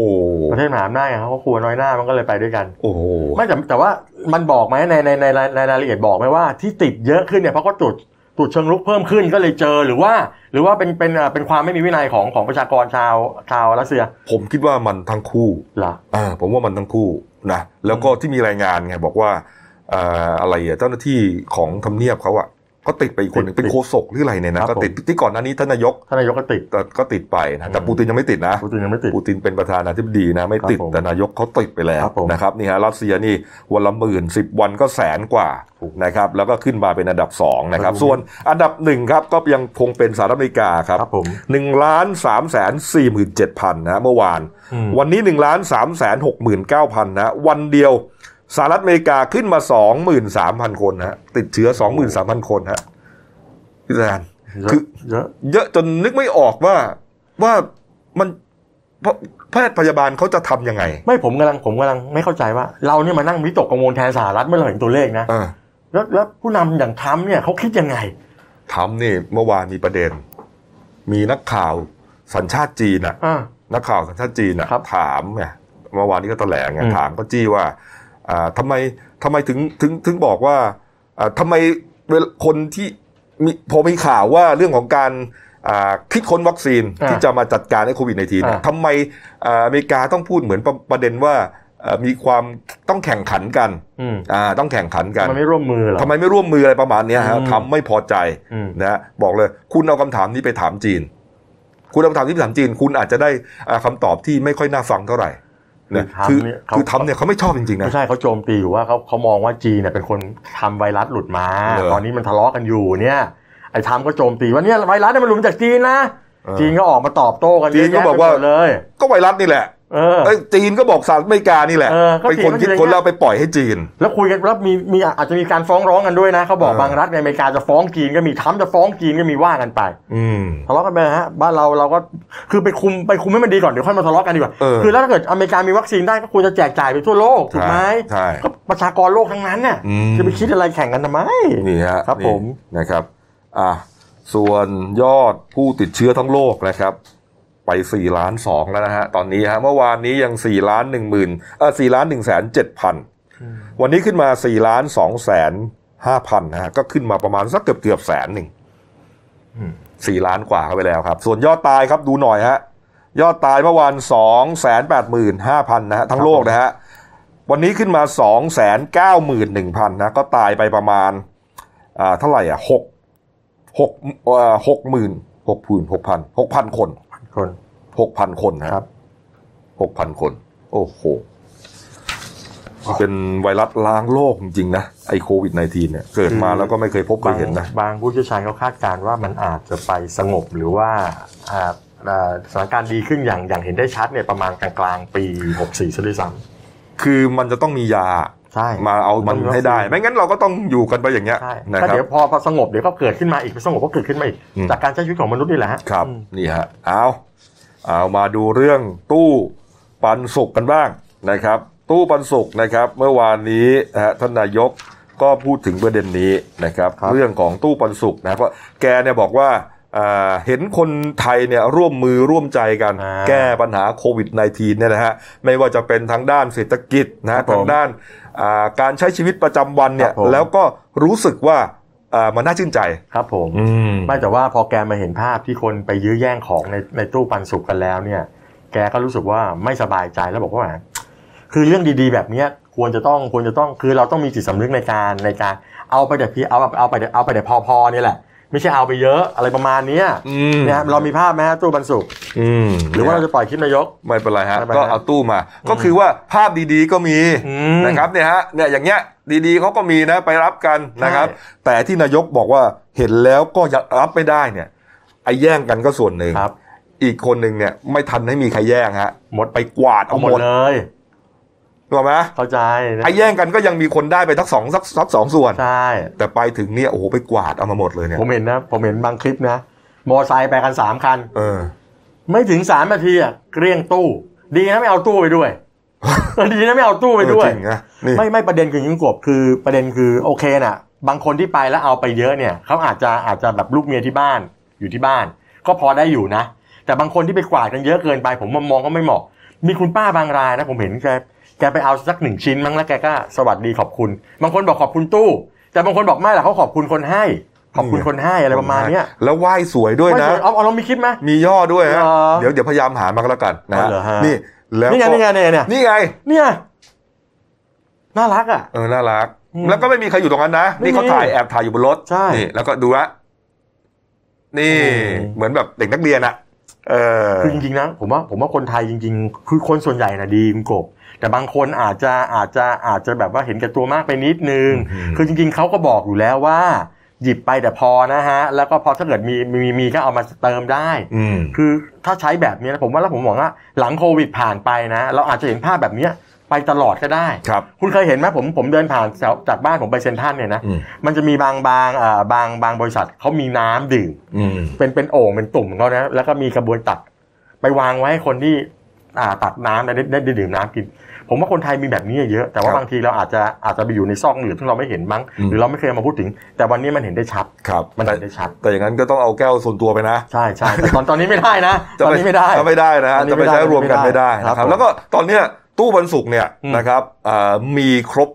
Speaker 2: ประเทศมหาอำนาจไงเขาก็ครัวน้อยหน้ามันก็เลยไปด้วยกัน
Speaker 1: โอ้โห
Speaker 2: ไม่แต่แต่ว่ามันบอกไหมในในในในในรายละเอียดบอกไหมว่าที่ติดเยอะขึ้นเนี่ยเพราะก็ตรวจตรวจเชิงลุกเพิ่มขึ้นก็เลยเจอหรือว่า หรือว่าเป็นเป็นเอ่อเป็นความไม่มีวินัยของของประชากรชาวชาวรัสเซีย
Speaker 1: ผมคิดว่ามันทั้งคู่
Speaker 2: เหรอ
Speaker 1: อ่าผมว่ามันทั้งคู่นะแล้วก็ที่มีรายงานไงบอกว่าเอ่ออะไรอะเจ้าหน้าที่ของทำเนียบเขาอะก็ติดไปอีกคนหนึ่ง
Speaker 2: ติด
Speaker 1: เป็นโคศกหรืออะไรเนี่ยนะครับ ก็ติดที่ก่อนหน้านี้ท่านนายก
Speaker 2: ท่านนายกก็ติด
Speaker 1: แต่ก็ติดไปนะแต่
Speaker 2: อืม
Speaker 1: ปูตินยังไม่ติดนะ
Speaker 2: ปูตินยังไม่ติด
Speaker 1: ปูตินเป็นประธานาธิบดีนะไม่ติด
Speaker 2: ครับผม
Speaker 1: แต่นายกเขาติดไปแล้ว
Speaker 2: ครับผม
Speaker 1: นะครับนี่ฮะรัสเซียนี่วันละหมื่นสิบวันก็แสนกว่า
Speaker 2: ถูก
Speaker 1: นะครับแล้วก็ขึ้นมาเป็นอันดับสองนะครับ
Speaker 2: ครับผม
Speaker 1: ส่วนอันดับหนึ่งครับก็ยังคงเป็นสหรัฐอเมริกาครับ
Speaker 2: ครับผม
Speaker 1: หนึ่งล้านสามแสนสี่หมื่นเจ็ดพันนะเมื่อวาน วันนี้หนึ่งล้านสามแสนหกหมื่นเก้าพันนะ วันเดียวสหรัฐอเมริกาขึ้นมาสองหมื่นสามพันคนนะติดเชื้อสองหมื่นสามพันคนฮะพี่แซน คื
Speaker 2: คือ อเยอะ
Speaker 1: เยอะจนนึกไม่ออกว่าว่ามันพแพทย์พยาบาลเขาจะทำยังไง
Speaker 2: ไม่ผมกำลังผมกำลังไม่เข้าใจว่า เราเนี่ยมานั่งวิตกกังวลแทนสหรัฐเมื่อเราเห็นตัวเลขนะ
Speaker 1: อ่า
Speaker 2: แล้วแล้วผู้นำอย่างทรัมป์เนี่ยเขาคิดยังไง
Speaker 1: ทำนี่เมื่อวานมีประเด็น มีนักข่าวสัญชาติจีนอ่ะ
Speaker 2: อ่า
Speaker 1: นักข่าวสัญชาติจีนนะครับ ถามไงเมื่อวานนี้ก็แถลงไง
Speaker 2: อืม
Speaker 1: ถามก็จี้ว่าอ่าทำไมทำไมถึงถึงถึงบอกว่าอ่าทำไมเวลาคนที่มีพอมีข่าวว่าเรื่องของการอ่าคิดค้นวัคซีน
Speaker 2: อ่า
Speaker 1: ที่จะมาจัดการไอ้โควิดในทีเนี่ย
Speaker 2: อ่า
Speaker 1: ทำไมอ่าอเมริกาต้องพูดเหมือนประประเด็นว่าเอ่อมีความต้องแข่งขันกัน
Speaker 2: อืม
Speaker 1: อ่าต้องแข่งขันกัน
Speaker 2: มันไม่ร่วมมือเหรอ
Speaker 1: ทำไมไม่ร่วมมืออะไรประมาณเนี้ยฮะ
Speaker 2: อืม
Speaker 1: ทำไม่พอใจ
Speaker 2: อืม
Speaker 1: นะฮะบอกเลยคุณเอาคำถามนี้ไปถามจีน คุณเอาคำถามนี้ไปถามจีน คุณอาจจะได้อ่าคำาตอบที่ไม่ค่อยน่าฟังเท่าไหร่นะ
Speaker 2: คื
Speaker 1: คือ อ
Speaker 2: ทำ
Speaker 1: คือทำเนี่
Speaker 2: เนี่ยเขา
Speaker 1: ยเขาไม่ชอบจริงๆนะ
Speaker 2: ไม่ใช่เขาโจมตีอยู่ว่าเขาเขามองว่าจีนเนี่ยเป็นคนทำไวรัสหลุดมา
Speaker 1: เหรอ
Speaker 2: ตอนนี้มันทะเลาะกันอยู่เนี่ย ไอ้ทำก็โจมตีว่าเนี่ยไวรัสเนี่ยมันหลุดมาจากจีนนะ
Speaker 1: เออ
Speaker 2: จีนก็ออกมาตอบโต้กัน
Speaker 1: จีนก็
Speaker 2: เยะแยะ
Speaker 1: บอกว่า
Speaker 2: ไปหมดเลย
Speaker 1: ก็ไวรัสนี่แหละ
Speaker 2: เออ
Speaker 1: เอ้ยจีนก็บอกสหรัฐอเมริกานี่แหละ
Speaker 2: เออก็
Speaker 1: เป็น
Speaker 2: จี
Speaker 1: ค
Speaker 2: น
Speaker 1: น
Speaker 2: ก็
Speaker 1: คิด
Speaker 2: อยู่
Speaker 1: คน
Speaker 2: ใน
Speaker 1: แล้วเอาไปปล่อยให้จีน
Speaker 2: แล้วคุยกันแล้วมีมีอาจจะมีการฟ้องร้องกันด้วยนะเขาบอก
Speaker 1: เออ
Speaker 2: บางรัฐในอเมริกาจะฟ้องจีนก็มีทรัมป์จะฟ้องจีนก็มีว่ากันไป
Speaker 1: อืม
Speaker 2: ทะเลาะกันไปนะฮะบ้านเราเราก็คือไปคุมไปคุมให้มันดีก่อนเดี๋ยวค่อยมาทะเลาะกันดีกว่า
Speaker 1: เออ
Speaker 2: คือแล้วถ้าเกิดอเมริกามีวัคซีนได้ก็ควรจะแจกจ่ายไปทั่วโลกถูกไหม
Speaker 1: ใช่
Speaker 2: ก็ประชากรโลกทั้งนั้นเนี่ย
Speaker 1: อืม
Speaker 2: จะไปคิดอะไรแข่งกันทำไม
Speaker 1: นี่ฮะ
Speaker 2: ครับ
Speaker 1: นี่
Speaker 2: ผม
Speaker 1: นะครับอ่ะส่วนยอดผู้ติดเชื้อทั้งโลกนะครับ ไป4ล้าน2แล้วนะฮะตอนนี้ฮะเมื่อวานนี้ยัง4ล้าน1หมื่นเออ4ล้าน1แสน7พันวันนี้ขึ้นมา4ล้าน2แสน5พันนะฮะก็ขึ้นมาประมาณสักเกือบเกือบแสนหนึ่งสี่ล้านกว่าเข้าไปแล้วครับ ส่วนยอดตายครับดูหน่อยฮะยอดตายเมื่อวาน2 8 5 0 0 0นะฮะทั้งโลกนะฮะวันนี้ขึ้นมา2 9 1 0 0 0นะก็ตายไปประมาณ อ่าเท่าไหร่อ่ะหกหกอ่าหกหมื่นหกพันหกพันหกพันคน
Speaker 2: คน
Speaker 1: หกพันคนนะครับ หกพันคน โอ้โห เป็นไวรัสล้างโลกจริงๆนะไอโควิด -19 เนี่ย เกิดมาแล้วก็ไม่เคยพบเค
Speaker 2: บาย ง
Speaker 1: เห็นนะ
Speaker 2: บางผู้เชี่ยวชาญเขาคาดการณ์ว่ามันอาจจะไปสงบหรือว่าอ่าอ่าสถานการณ์ดีขึ้นอย่างอย่างเห็นได้ชัดเนี่ยประมาณกลางกลางๆปี 64ซะด้วยซ้
Speaker 1: คือมันจะต้องมียา
Speaker 2: ำใช่
Speaker 1: มาเอามันให้ได้ ไม่งั้นเราก็ต้องอยู่กันไปอย่างเงี้ย
Speaker 2: ใช่
Speaker 1: นะ
Speaker 2: ก็
Speaker 1: ครับ
Speaker 2: เดี๋ยวพอพอสงบเดี๋ยวก็เกิดขึ้นมาอีกพอสงบก็เกิดขึ้นมาอีก
Speaker 1: อืม
Speaker 2: จากการใช้ชีวิตของมนุษย์นี่แหละฮะ
Speaker 1: ครับ
Speaker 2: อืม
Speaker 1: นี่ฮะเอาเอามาดูเรื่องตู้ปันสุกกันบ้างนะครับ ตู้ปันสุกนะครับ เมื่อวานนี้นะฮะท่านนายกก็พูดถึงประเด็นนี้นะครับ เรื่องของตู้ปันสุกนะเพราะแกเนี่ยบอกว่าอ่าเห็นคนไทยเนี่ยร่วมมือร่วมใจกัน
Speaker 2: า
Speaker 1: แก้ปัญหาโควิด -19 เนี่ยนะฮะไม่ว่าจะเป็นทางด้านเศรษฐกิจนะฮะ
Speaker 2: ครับผม
Speaker 1: ทางด้านอ่าการใช้ชีวิตประจำวันเนี่
Speaker 2: ค
Speaker 1: ย
Speaker 2: รับผม
Speaker 1: แล้วก็รู้สึกว่าอ่ามันน่าชื่นใจ
Speaker 2: ครับผม
Speaker 1: อืม
Speaker 2: ไม่แต่ว่าพอแกมาเห็นภาพที่คนไปยื้อแย่งของในในตู้ปันสุกกันแล้วเนี่ย แกก็รู้สึกว่าไม่สบายใจแล้วบอกว่า คือเรื่องดีๆ แบบเนี้ยควรจะต้องควรจะต้องคือเราต้องมีจิตสำนึกในการในการเอาไปแต่เพียงเอาเอาไปแต่เอาไปแต่พอๆเนี่ยแหละ ไม่ใช่เอาไปเยอะอะไรประมาณเนี้ย
Speaker 1: อืม
Speaker 2: นะฮะเรามีภาพไหมฮะตู้บรรสุก
Speaker 1: อืม
Speaker 2: หรือว่าเราจะปล่อยคลิปนายก
Speaker 1: ไม่เป็นไรฮะ
Speaker 2: ไม่เป็นไร
Speaker 1: ก็เอาตู้มา ก็คือว่าภาพดีๆก็มี
Speaker 2: อืม
Speaker 1: นะครับเนี่ยฮะเนี่ยอย่างเงี้ยดีๆเขาก็มีนะไปรับกันนะครับ
Speaker 2: ใช่
Speaker 1: แต่ที่นายกบอกว่าเห็นแล้วก็ยังรับไม่ได้เนี่ยไอ้แย่งกันก็ส่วนหนึ่ง
Speaker 2: ครับ
Speaker 1: อีกคนหนึ่งเนี่ยไม่ทันให้มีใครแย่งฮะ
Speaker 2: หมด
Speaker 1: ไปกวาด
Speaker 2: เอา
Speaker 1: เอา
Speaker 2: ห
Speaker 1: ห
Speaker 2: ม
Speaker 1: ม
Speaker 2: ด
Speaker 1: ด
Speaker 2: เลย
Speaker 1: ถูกไหม
Speaker 2: เข้าใจนะ
Speaker 1: ไอ้แย่งกันก็ยังมีคนได้ไปทักสองสักสักสองส่วน
Speaker 2: ใช่
Speaker 1: แต่ไปถึงเนี่ยโอ้โหไปกวาดเอามาหมดเลยเนี่ย
Speaker 2: ผมเห็นนะ ผมเห็นบางคลิปนะ มอไซค์ไปกันสามคัน
Speaker 1: เออ
Speaker 2: ไม่ถึงสามนาทีอะเกลี้ยงตู้ ดีนะไม่เอาตู้ไป ด้วย ดีนะไม่เอาตู้ไปด้วย
Speaker 1: เออจริงนะนี่
Speaker 2: ไม่ไม่ประเด็นคืออยางนี้กบคือประเด็นคือโอเคน่ะ บางคนที่ไปแล้วเอาไปเยอะเนี่ยเขาอาจจะอาจจะแบบลูกเมียที่บ้านอยู่ที่บ้าน ก็พอได้อยู่นะ แต่บางคนที่ไปกวาดกันเยอะเกินไป ผมมองก็ไม่เหมาะ มีคุณป้าบางรายนะผมเห็นแกแกไปเอาสักหนึ่งชิ้นมั้งแล้วแกก็สวัสดีขอบคุณ บางคนบอกขอบคุณตู้ แต่บางคนบอกไม่หรอกเขาขอบคุณคนให้ ขอบคุณคนให้อะไรประมาณเนี้ย
Speaker 1: แล้วไหว้สวยด้วย
Speaker 2: ไม่
Speaker 1: นะ
Speaker 2: สวยเอาเอาเรามีคลิปไหม
Speaker 1: มีย่อด้วยฮะ
Speaker 2: เหรอ
Speaker 1: เดี๋ยวเดี๋ยวพยายามหามาก็แล้วกันนะ
Speaker 2: อ๋อเหรอฮะ
Speaker 1: นี่แล้ว
Speaker 2: นี่ไง
Speaker 1: ก็
Speaker 2: นี่ไงเนี่ยเนี่ย
Speaker 1: นี่ไง
Speaker 2: เนี่ยน่ารักอ่ะ
Speaker 1: เออ น่ารัก
Speaker 2: อืม
Speaker 1: แล้วก็ไม่มีใครอยู่ตรงนั้นนะ
Speaker 2: ไม่มี
Speaker 1: นี่เขาถ่ายแอบถ่ายอยู่บนรถ
Speaker 2: ใช่
Speaker 1: นี่ แล้วก็ดูละนี่
Speaker 2: อืม
Speaker 1: เหมือนแบบเด็กนักเรียนอะเออ
Speaker 2: คือจริงๆนะผมว่าผมว่าคนไทยจริง ๆ คือคนส่วนใหญ่นะดีคุณกบ แต่บางคนอาจจะอาจจะอาจจะแบบว่าเห็นแก่ตัวมากไปนิดนึง
Speaker 1: อืม
Speaker 2: คือจริง ๆเขาก็บอกอยู่แล้วว่า หยิบไปแต่พอนะฮะ แล้วก็พอถ้าเกิดมีมีมีก็เอามาเติมได้
Speaker 1: อืม
Speaker 2: คือถ้าใช้แบบนี้นะผมว่าแล้วผมหวังว่าหลังโควิดผ่านไปนะ เราอาจจะเห็นภาพแบบเนี้ยไปตลอดก็ได้
Speaker 1: ครับ
Speaker 2: คุณเคยเห็นไหมผมผมเดินผ่านแถวจากบ้านผมไปเซ็นทรัลเนี่ยนะ
Speaker 1: อืม
Speaker 2: มันจะมีบางบางอ่าบางบางบริษัทเขามีน้ำดื่ม
Speaker 1: อืม
Speaker 2: เป็นเป็นโอ่งเป็นตุ่มของเขานะแล้วก็มีกระบวนตักไปวางไว้ให้คนที่อ่าตักน้ำได้ได้ได้ดื่มน้ำกิน ผมว่าคนไทยมีแบบนี้เยอะ แต่ว่า
Speaker 1: ครับ
Speaker 2: บางทีเราอาจจะอาจจะไปอยู่ในซอกหรือที่เราไม่เห็นมั้ง
Speaker 1: อืม
Speaker 2: หรือเราไม่เคยเอามาพูดถึง แต่วันนี้มันเห็นได้ชัด
Speaker 1: ครับ
Speaker 2: มัน
Speaker 1: แต่
Speaker 2: เห็นได้ชัด
Speaker 1: แต่อย่างนั้นก็ต้องเอาแก้วส่วนตัวไปนะ
Speaker 2: ใช่ใช่แต่ ตอนตอนนี้ไม่ได้นะต
Speaker 1: จะ
Speaker 2: อ
Speaker 1: ป
Speaker 2: นนี้ไม่ได้
Speaker 1: จะไม่ได้นะฮะ
Speaker 2: ตอนนี้
Speaker 1: จะไป
Speaker 2: ไม่ได้
Speaker 1: ใช้รวมกันไม่ได้
Speaker 2: ครั
Speaker 1: นะ
Speaker 2: บ
Speaker 1: ครับ
Speaker 2: ผม
Speaker 1: แล้วก็ตอนเนี้ยตู้บรรสุกเนี่ย
Speaker 2: อืม
Speaker 1: นะครับอ่ามีครบ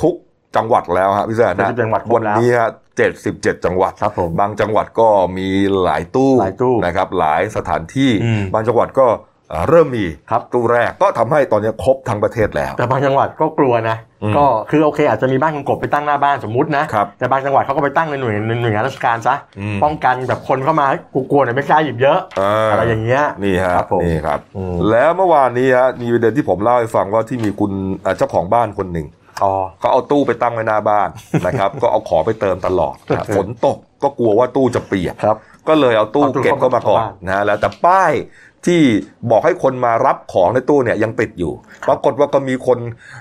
Speaker 1: ทุกจังหวัดแล้วฮะพี่แซนนะ
Speaker 2: 70จังหวัดครบแล้ว
Speaker 1: นนี้ฮะเจ็ดสิบเจ็ดจังหวัด
Speaker 2: ครับผม
Speaker 1: บางจังหวัดก็มีหลายตู้
Speaker 2: หลายตู้
Speaker 1: นะครับ หลายสถานที่
Speaker 2: อืม
Speaker 1: บางจังหวัดก็อ่าเริ่มมี
Speaker 2: ครับ
Speaker 1: ตู้แรกก็ทำให้ตอนเนี้ยครบทั้งประเทศแล้ว
Speaker 2: แต่บางจังหวัดก็กลัวนะ
Speaker 1: อืม
Speaker 2: ก็คือโอเค อาจจะมีบ้านคุณกบไปตั้งหน้าบ้านสมมตินะ
Speaker 1: ครับ
Speaker 2: แต่บางจังหวัดเขาก็ไปตั้งในหน่วยในหน่วยงานราชการซะ
Speaker 1: อืม
Speaker 2: ป้องกันแบบคนเข้ามากูกลัวเนี่อยไม่กล้าหยิบเยอะ
Speaker 1: อ่า
Speaker 2: อะไรอย่างเงี้ย
Speaker 1: นี่ฮะ
Speaker 2: ครับผม
Speaker 1: นี่ครับ
Speaker 2: อืม
Speaker 1: แล้วเมื่อวานนี้ฮะมีประเด็นที่ผมเล่าให้ฟังว่าที่มีคุณเอ่อเจ้าของบ้านคนหนึ่ง
Speaker 2: อ๋อ
Speaker 1: เขาเอาตู้ไปตั้งไว้หน้าบ้าน นะครับ ก็เอาของไปเติมตล อดนะฮะฝนตกก็กลัวว่าตู้จะเปียก
Speaker 2: ครับ
Speaker 1: ก็เลยเอาตู้
Speaker 2: เอาตู้
Speaker 1: เก็บเข้ามาก่อน
Speaker 2: เข้ามา
Speaker 1: นะฮะแล้วแต่ป้ายที่บอกให้คนมารับของในตู้เนี่ยยังติดอยู่ปรากฏว่าก็มีคน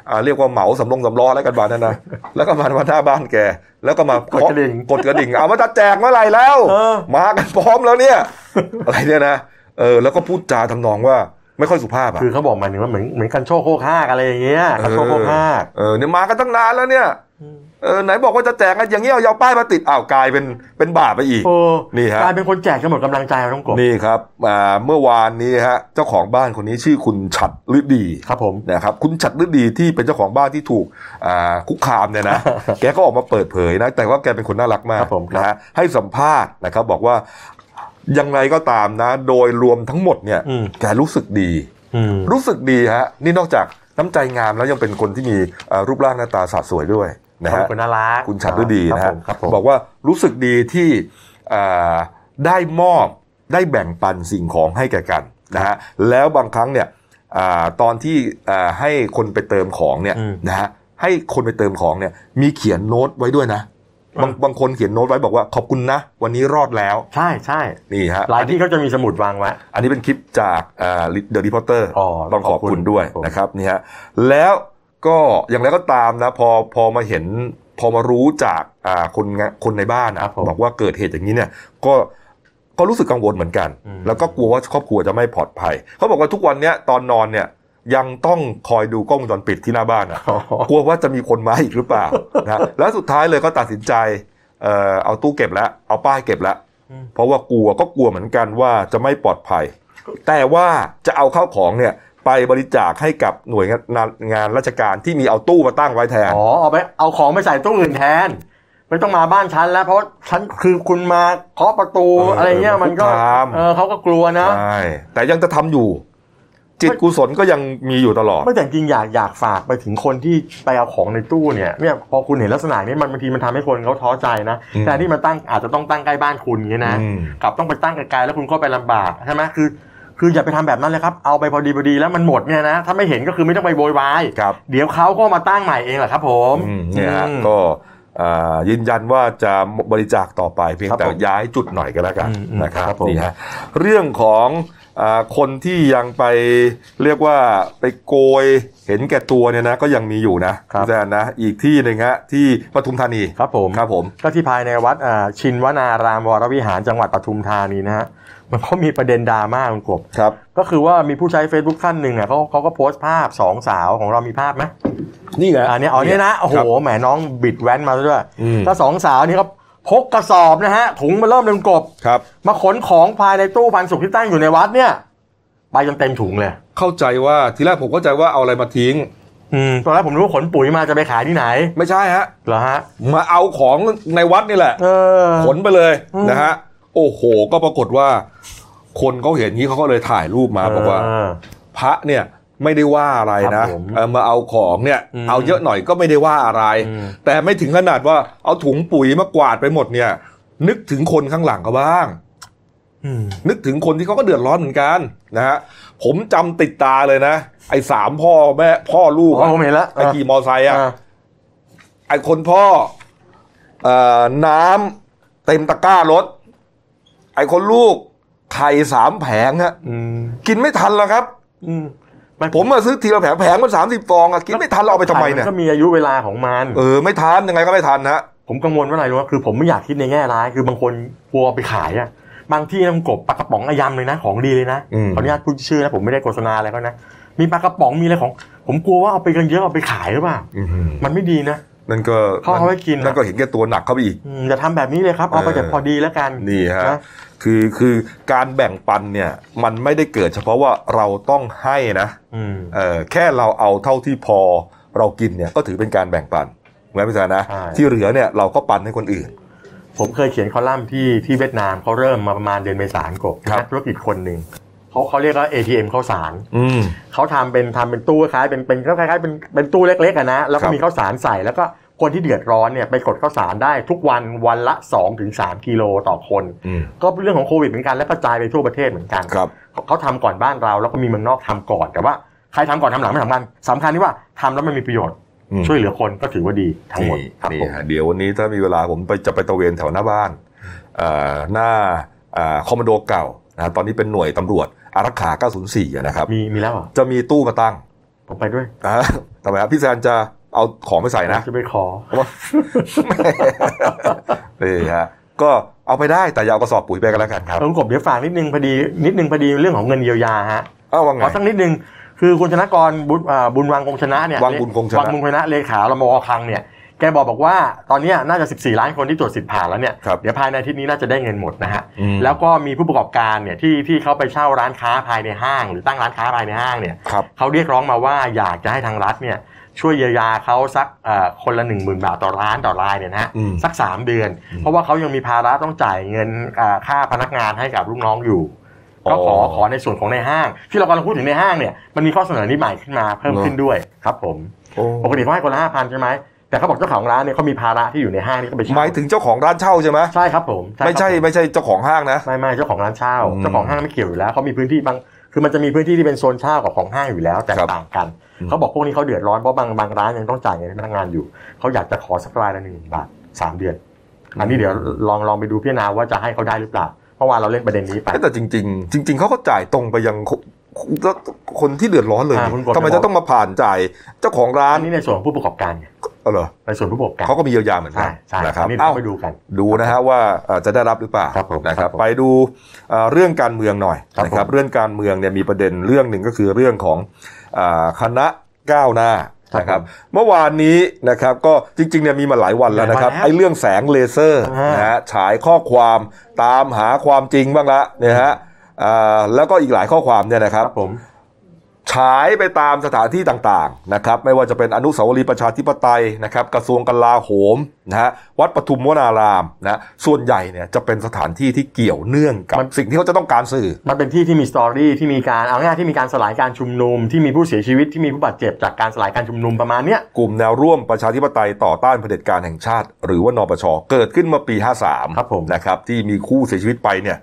Speaker 1: อ่าเรียกว่าเหมาสำรองสำล้อแล้วกันมานั่นนะ แล้วก็มามาหน้าบ้านแก แล้วก็มาก
Speaker 2: ดกระดิ่ง
Speaker 1: กดกระดิ่งเอามาจะแจกเมื่อไหร่แล้ว
Speaker 2: เออ
Speaker 1: มากันพร้อมแล้วเนี่ย อะไรเนี่ยนะเออแล้วก็พูดจาทำนองว่าไม่ค่อยสุภาพอ่ะ
Speaker 2: คือเขาบอกมาเนี่ยว่าเหมือนเหมือนกันโชคโคกห้ากอะไรอย่างเงี้ยกันโชคโคกห้าก
Speaker 1: เออเนี่ยมากันตั้งนานแล้วเนี่ยเออไหนบอกว่าจะแจกกันอย่างเงี้ยเอายาป้ายมาติดอ้าวกลายเป็นเป็นบาปไปอีก
Speaker 2: โอ้
Speaker 1: นี่ฮะ
Speaker 2: กลายเป็นคนแจกกันหมดกำลังใจเราต้องกบ
Speaker 1: นี่ครับอ่าเมื่อวานนี้ฮะเจ้าของบ้านคนนี้ชื่อคุณฉัดฤดี
Speaker 2: ครับผม
Speaker 1: นะครับคุณฉัดฤดีที่เป็นเจ้าของบ้านที่ถูกอ่าคุกคามเนี่ยนะ แกก็ออกมาเปิดเผยนะแต่ว่าแกเป็นคนน่ารักมาก
Speaker 2: ครับผมครับ
Speaker 1: นะฮะให้สัมภาษณ์นะครับบอกว่ายังไงก็ตามนะ โดยรวมทั้งหมดเนี่ย
Speaker 2: อืม
Speaker 1: แกรู้สึกดี
Speaker 2: อืม
Speaker 1: รู้สึกดีฮะ นี่นอกจากน้ำใจงามแล้วยังเป็นคนที่มีเอ่อรูปร่างหน้าตาสะสวยด้วยนะ
Speaker 2: เขา
Speaker 1: ฮะ
Speaker 2: เป็นคนน่ารัก
Speaker 1: คุณฉัดฤดีนะฮะ
Speaker 2: ครับผมครับผม
Speaker 1: บอกว่ารู้สึกดีที่เอ่อได้มอบได้แบ่งปันสิ่งของให้แก่กันนะฮะแล้วบางครั้งเนี่ยอ่าตอนที่อ่าให้คนไปเติมของเนี่ย
Speaker 2: อืม
Speaker 1: นะฮะให้คนไปเติมของเนี่ยมีเขียนโน้ตไว้ด้วยนะบาง
Speaker 2: อ่า
Speaker 1: บางคนเขียนโน้ตไว้บอกว่าขอบคุณนะ วันนี้รอดแล้ว
Speaker 2: ใช่ใช่
Speaker 1: นี่ฮะ
Speaker 2: หลายที่เขาจะมีสมุดวางไว้
Speaker 1: อันนี้เป็นคลิปจากเดอะรีพอร์เตอร์
Speaker 2: อ๋อ
Speaker 1: ต้องขอบ
Speaker 2: ขอบคุ
Speaker 1: คุณ
Speaker 2: ณ
Speaker 1: ด้วย
Speaker 2: ครับผม
Speaker 1: นะครับนี่ฮะแล้วก็อย่างไรก็ตามนะพอพอมาเห็นพอมารู้จากอ่าคนงะคนในบ้านนะบอกว่าเกิดเหตุอย่างนี้เนี่ยก็ก็รู้สึกกังวลเหมือนกัน แล้วก็กลัวว่าครอบครัวจะไม่ปลอดภัยเขาบอกว่าทุกวันเนี้ยตอนนอนเนี่ยยังต้องคอยดูกล้องวงจรปิดที่หน้าบ้านอ่ะ
Speaker 2: อ๋อ
Speaker 1: กลัวว่าจะมีคนมาอีกหรือเป ล่า นะแล้วสุดท้ายเลยก็ตัดสินใจเอ่อเอาตู้เก็บแล้วเอาป้ายเก็บแล้ว
Speaker 2: อืม
Speaker 1: เพราะว่ากลัวก็กลัวเหมือนกันว่าจะไม่ปลอดภัย แต่ว่าจะเอาเข้าวของเนี่ยไปบริจาคให้กับหน่วยงานงานราชการที่มีเอาตู้มาตั้งไว้แทน
Speaker 2: อ๋อเอาไปเอาของไปใส่ตู้อื่นแทน ไม่ต้องมาบ้านฉันแล้ว เพราะฉันคือคุณมาเคาะประตู
Speaker 1: เอออ
Speaker 2: อะไรเงี้ยมันก็
Speaker 1: คุกคาม
Speaker 2: เออเขาก็กลัวนะ
Speaker 1: ใช่แต่ยังจะทำอยู่ จิตกุศลก็ยังมีอยู่ตลอด
Speaker 2: ไม่แต่จริงอยากอยากฝากไปถึงคนที่ไปเอาของในตู้เนี่ยเนี่ยพอคุณเห็นลักษณะนี้มันบางทีมันทำให้คนเขาท้อใจนะ
Speaker 1: อืม
Speaker 2: แต่ที่มาตั้งอาจจะต้องตั้งใกล้บ้านคุณอย่างนี้นะ
Speaker 1: อืม
Speaker 2: กลับต้องไปตั้งไกลๆแล้วคุณก็ไปลำบากใช่ไหมคือ คืออย่าไปทำแบบนั้นเลยครับเอาไปพอดีพอดีแล้วมันหมดเนี่ยนะถ้าไม่เห็นก็คือไม่ต้องไปโวยวาย
Speaker 1: ครับ
Speaker 2: เดี๋ยวเขาก็มาตั้งใหม่เองแหละครับ ผม
Speaker 1: อืมเนี่ยฮะก็อ่ายืนยันว่าจะบริจาคต่อไปเพียง
Speaker 2: ครับ
Speaker 1: แต่
Speaker 2: ผม
Speaker 1: ย้ายจุดหน่อยก็แล้วกัน
Speaker 2: อืมอืม
Speaker 1: นะครับ
Speaker 2: ครับผม
Speaker 1: นี่ฮะเรื่องของอาคนที่ยังไปเรียกว่าไปโกยเห็นแก่ตัวเนี่ยนะก็ยังมีอยู่นะครับ พี่แซนนะอีกที่หนึ่งฮะที่ปทุมธานี
Speaker 2: ครับผม
Speaker 1: ครับผม
Speaker 2: ก็ที่ภายในวัดอ่าชินวนารามวรวิหารจังหวัดปทุมธานีนะฮะมันก็มีประเด็นดราม่าคุณกบ
Speaker 1: ครับ
Speaker 2: ก็คือว่ามีผู้ใช้ Facebook ท่านหนึ่งอ่ะเขาเขาก็โพสต์ภาพสองสาวของเรามีภาพไหม
Speaker 1: นี่แหละ
Speaker 2: อันนี้อ๋อเนี่ยนะ โอ้โหแหมน้องบิดแว้นมาซะด้วย
Speaker 1: อืม
Speaker 2: ถ้าสองสาวนี่ก็พกกระสอบนะฮะ ถุงมาเริ่มเต็มกบ
Speaker 1: ครับ
Speaker 2: มาขนของภายในตู้พันสุขที่ตั้งอยู่ในวัดเนี่ย ไปจนเต็มถุงเลย
Speaker 1: เข้าใจว่าทีแรกผมเข้าใจว่าเอาอะไรมาทิ้ง
Speaker 2: อืมตอนแรกผมรู้ว่าขนปุ๋ยมาจะไปขายที่ไหน
Speaker 1: ไม่ใช่ฮะ
Speaker 2: เหรอฮะ
Speaker 1: มาเอาของในวัดนี่แหละ
Speaker 2: เออ
Speaker 1: ขนไปเลย
Speaker 2: อืม
Speaker 1: นะฮะโอ้โห ก็ปรากฏว่า คนเขาเห็นงี้เขาก็เลยถ่ายรูปมาบอกว่า พระเนี่ยไม่ได้ว่าอะไร
Speaker 2: ครั
Speaker 1: นะ
Speaker 2: บผม
Speaker 1: เออมาเอาของเนี่ย
Speaker 2: อืม
Speaker 1: เอาเยอะหน่อยก็ไม่ได้ว่าอะไร
Speaker 2: อืม
Speaker 1: แต่ไม่ถึงขนาดว่าเอาถุงปุ๋ยมากวาดไปหมดเนี่ย นึกถึงคนข้างหลังเขาบ้าง
Speaker 2: อืม
Speaker 1: นึกถึงคนที่เขาก็เดือดร้อนเหมือนกันนะฮะผมจำติดตาเลยนะ ไอ้สามพ่อแม่พ่อลูกอะ
Speaker 2: อ๋อผมเห็นแล้ว
Speaker 1: ไอ้ขี่มอไซค์อะ
Speaker 2: อ่ะ
Speaker 1: ไอ้คนพ่อเอ่อน้ำเต็มตะกร้ารถ ไอ้คนลูกไข่สามแผงฮะ
Speaker 2: อืม
Speaker 1: กินไม่ทันแล้วครับ
Speaker 2: อืม
Speaker 1: ผมอะซื้อทีละแผงแผงมันสามสิบฟองอะกินไม่ทันเราเอาไปทำไมเนี่ย
Speaker 2: ก็มีอายุเวลาของมัน
Speaker 1: เออไม่ทันยังไงก็ไม่ทันฮะ
Speaker 2: ผมกังวลว่าอะไรรู้ไหมคือผมไม่อยากคิดในแง่ร้าย คือบางคนกลัวเอาไปขายอะบางที่น้ำกบปลากระป๋องอายำเลยนะ ของดีเลยนะ
Speaker 1: อืม
Speaker 2: ขออนุญาตพูดชื่อนะผมไม่ได้โฆษณาอะไรก็นะ มีปลากระป๋องมีอะไรของ ผมกลัวว่าเอาไปกันเยอะเอาไปขายหรือเปล่า
Speaker 1: อื้อหือ
Speaker 2: มันไม่ดีนะ
Speaker 1: นั่นก็
Speaker 2: เขาเอาไว้กินอะ
Speaker 1: นั่นก็เห็นแก่ตัวหนักเข้าไปอีก
Speaker 2: อืมอย่าทำแบบนี้เลยครับ เอาไปแต่พอดีแล้วกัน
Speaker 1: นี่ฮะ
Speaker 2: นะ
Speaker 1: คือคือการแบ่งปันเนี่ยมันไม่ได้เกิดเฉพาะว่าเราต้องให้นะ
Speaker 2: อืม
Speaker 1: เออแค่เราเอาเท่าที่พอเรากินเนี่ยก็ถือเป็นการแบ่งปันเหมือนพี่สานะ
Speaker 2: ใช่
Speaker 1: ที่เหลือเนี่ยเราก็ปันให้คนอื่น
Speaker 2: ผมเคยเขียนคอลัมน์ที่ที่เวียดนามเขาเริ่มมาประมาณเดือนเมษายนกบ
Speaker 1: ครับ
Speaker 2: นักธุรกิจคนหนึ่งเขาเขาเรียกว่า ATM ข้าวสาร
Speaker 1: อืม
Speaker 2: เขาทำเป็นทำเป็นตู้คล้ายเป็นเป็นคล้ายๆเป็นเป็นตู้เล็กๆอะนะแล้ว
Speaker 1: ครั
Speaker 2: ก็
Speaker 1: บ
Speaker 2: มีข้าวสารใส่แล้วก็คนที่เดือดร้อนเนี่ยไปกดข้าวสารได้ทุกวันวันละ2-3ถึงกิโลต่อคน
Speaker 1: อืม
Speaker 2: ก็เป็นเรื่องของโควิดเหมือนกันและกระจายไปทั่วประเทศเหมือนกัน
Speaker 1: ครับ
Speaker 2: เขาทำก่อนบ้านเราแล้วก็มีเมืองนอกทำก่อนแต่ว่าใครทำก่อนทำหลังไม่สำคัญสำคัญที่ว่าทำแล้วมันมีประโยชน์
Speaker 1: อืม
Speaker 2: ช่วยเหลือคนก็ถือว่าดีทั้งหมด
Speaker 1: นี่
Speaker 2: ครับ
Speaker 1: นี่
Speaker 2: ผม
Speaker 1: ฮะเดี๋ยววันนี้ถ้ามีเวลาผมไปจะไปตระเวนแถวหน้าบ้านเอ่อหน้าเอ่อคอมมานโดเก่านะตอนนี้เป็นหน่วยตำรวจอารักขา 904อะนะครับ
Speaker 2: มีมีแล้วเหรอ
Speaker 1: จะมีตู้มาตั้ง
Speaker 2: ผมไปด้วย
Speaker 1: อ่าทำไมครับพี่แซนจะเอาของไปใส่นะ
Speaker 2: จะไปขอ
Speaker 1: นี่ฮะก็เอาไปได้แต่อย่าเอากระสอบปุ๋ยไปกันแล้วกันครับ
Speaker 2: เออกบเดี๋ยวฝากนิดนึงพอดีนิดนึงพอดีเรื่องของเงินเยียวยาฮะ
Speaker 1: เอ้าว่าไง
Speaker 2: ขอสักนิดนึงคือคุณชนกรบุญอ่าบุญวังคงชนะเนี่ย
Speaker 1: วังบุญคงชนะ
Speaker 2: วังบุญคงชนะเลขาลมอคลังเนี่ยแกบอกบอกว่าตอนเนี้ยน่าจะ 14 ล้านคนที่ตรวจสิทธิ์ผ่านแล้วเนี่ย
Speaker 1: ครับ
Speaker 2: เดี๋ยวภายในอาทิตย์นี้น่าจะได้เงินหมดนะฮะ
Speaker 1: อืม
Speaker 2: แล้วก็มีผู้ประกอบการเนี่ยที่ที่เขาไปเช่าร้านค้าภายในห้าง หรือตั้งร้านค้าภายในห้างเนี่ย
Speaker 1: ครับ
Speaker 2: เขาเรียกร้องมาว่าอยากจะให้ทางรัฐเนี่ยช่วยเยียวยาเขาสักเอ่อคนละ 1 0,000 บาทต่อร้านต่อรายเนี่ยนะฮะ
Speaker 1: อืม
Speaker 2: สัก 3 เดือน เพราะว่าเขายังมีภาระต้องจ่ายเงินเอ่อค่าพนักงานให้กับลูกน้องอยู่
Speaker 1: อ๋อ
Speaker 2: ก็ขอขอในส่วนของในห้าง ที่เรากำลังพูดถึงในห้างเนี่ยมันมีข้อเสนอนี้ใหม่ขึ้นมาเพิ่ม
Speaker 1: เนอะ
Speaker 2: ขึ้นด้วยครับผม
Speaker 1: โอ้
Speaker 2: ปกติเขาให้คนละห้าพันใช่ไหมแต่เขาบอกเจ้าของร้านเนี่ยเขามีภาระที่อยู่ในห้างนี่ก็ไปเช่า
Speaker 1: หมายถึงเจ้าของร้านเช่าใช่ไหม
Speaker 2: ใช่ครับผมครับ
Speaker 1: ไม่ใช่
Speaker 2: ผม
Speaker 1: ไม่ใช่เจ้าของห้างนะ
Speaker 2: ไม่ไม่เจ้าของร้านเช่า
Speaker 1: อืม
Speaker 2: เจ้าของห้างไม่เกี่ยวอยู่แล้วเขามีพื้นที่บางคือมันจะมีพื้นที่ที่เป็นโซนเช่ากับของห้างอยู่แล้วแตก
Speaker 1: ครับ
Speaker 2: ต่างกัน
Speaker 1: อืม
Speaker 2: เขาบอกพวกนี้เขาเดือดร้อนเพราะบางบางร้านยังต้องจ่ายเงินให้พนักงานอยู่เขาอยากจะขอสักรายละหนึ่งบาทสามเดือน อันนี้เดี๋ยวลองลองไปดูพิจารณาว่าจะให้เขาได้หรือเปล่าเมื่อวานเราเล่นประเด็นนี้ไป
Speaker 1: เอ๊ะแต่จริง ๆ จริง ๆเขาก็จ่ายตรงไปยังคนคนที่เดือดร้อนเลย
Speaker 2: อ่าคุณกด
Speaker 1: ทำไมจะต้องมาผ่านจ่ายเจ้าของร้าน
Speaker 2: อันนี้ในส่วนของผู้ประกอบการไง
Speaker 1: เอาเหรอ
Speaker 2: ในส่วนผู้ประกอบการ
Speaker 1: เขาก็มีเยียวยาเหมือนกั
Speaker 2: ใช่
Speaker 1: น
Speaker 2: ใช่
Speaker 1: นะครับ
Speaker 2: อันนี่
Speaker 1: เอ้า
Speaker 2: เราไปดูกัน
Speaker 1: ดูนะฮะว่าเอ่อจะได้รับหรือเปล่า
Speaker 2: ครับผม
Speaker 1: นะครับ
Speaker 2: ครับผม
Speaker 1: ไปดูเอ่อเรื่องการเมืองหน่อย
Speaker 2: ครับ
Speaker 1: นะครับ
Speaker 2: ผม
Speaker 1: เรื่องการเมืองเนี่ยมีประเด็นเรื่องหนึ่งก็คือเรื่องของเออคณะก้าวหน้า
Speaker 2: ครับ
Speaker 1: นะครับ
Speaker 2: ผม
Speaker 1: เมื่อวานนี้นะครับก็จริงๆเนี่ยมีมาหลายวันแล้วนะครับ
Speaker 2: หลายวันแล้ว
Speaker 1: ไอ้เรื่องแสงเลเซอร์
Speaker 2: อ่าน
Speaker 1: นะฮะฉายข้อความตามหาความจริงบ้างละเนี่ยฮะเอ่อแล้วก็อีกหลายข้อความเนี่ยนะครับ
Speaker 2: ผม
Speaker 1: ฉายไปตามสถานที่ต่างๆนะครับไม่ว่าจะเป็นอนุสาวรีย์ประชาธิปไตยนะครับกระทรวงกลาโหมนะฮะวัดปทุมวนารามนะส่วนใหญ่เนี่ยจะเป็นสถานที่ที่เกี่ยวเนื่องกับ
Speaker 2: มัน
Speaker 1: สิ่งที่เขาจะต้องการสื่อ
Speaker 2: มันเป็นที่ที่มีสตอรี่ที่มีการเอาง่ายที่มีการสลายการชุมนุมที่มีผู้เสียชีวิตที่มีผู้บาดเจ็บจากการสลายการชุมนุมประมาณเนี้ย
Speaker 1: กลุ่มแนวร่วมประชาธิปไตยต่อต้านเผด็จการแห่งชาติ หรือว่านปชเกิดขึ้นเมื่อปี 53
Speaker 2: ครับผม
Speaker 1: นะครับที่มีคู่เสียชีวิตไปเนี่ย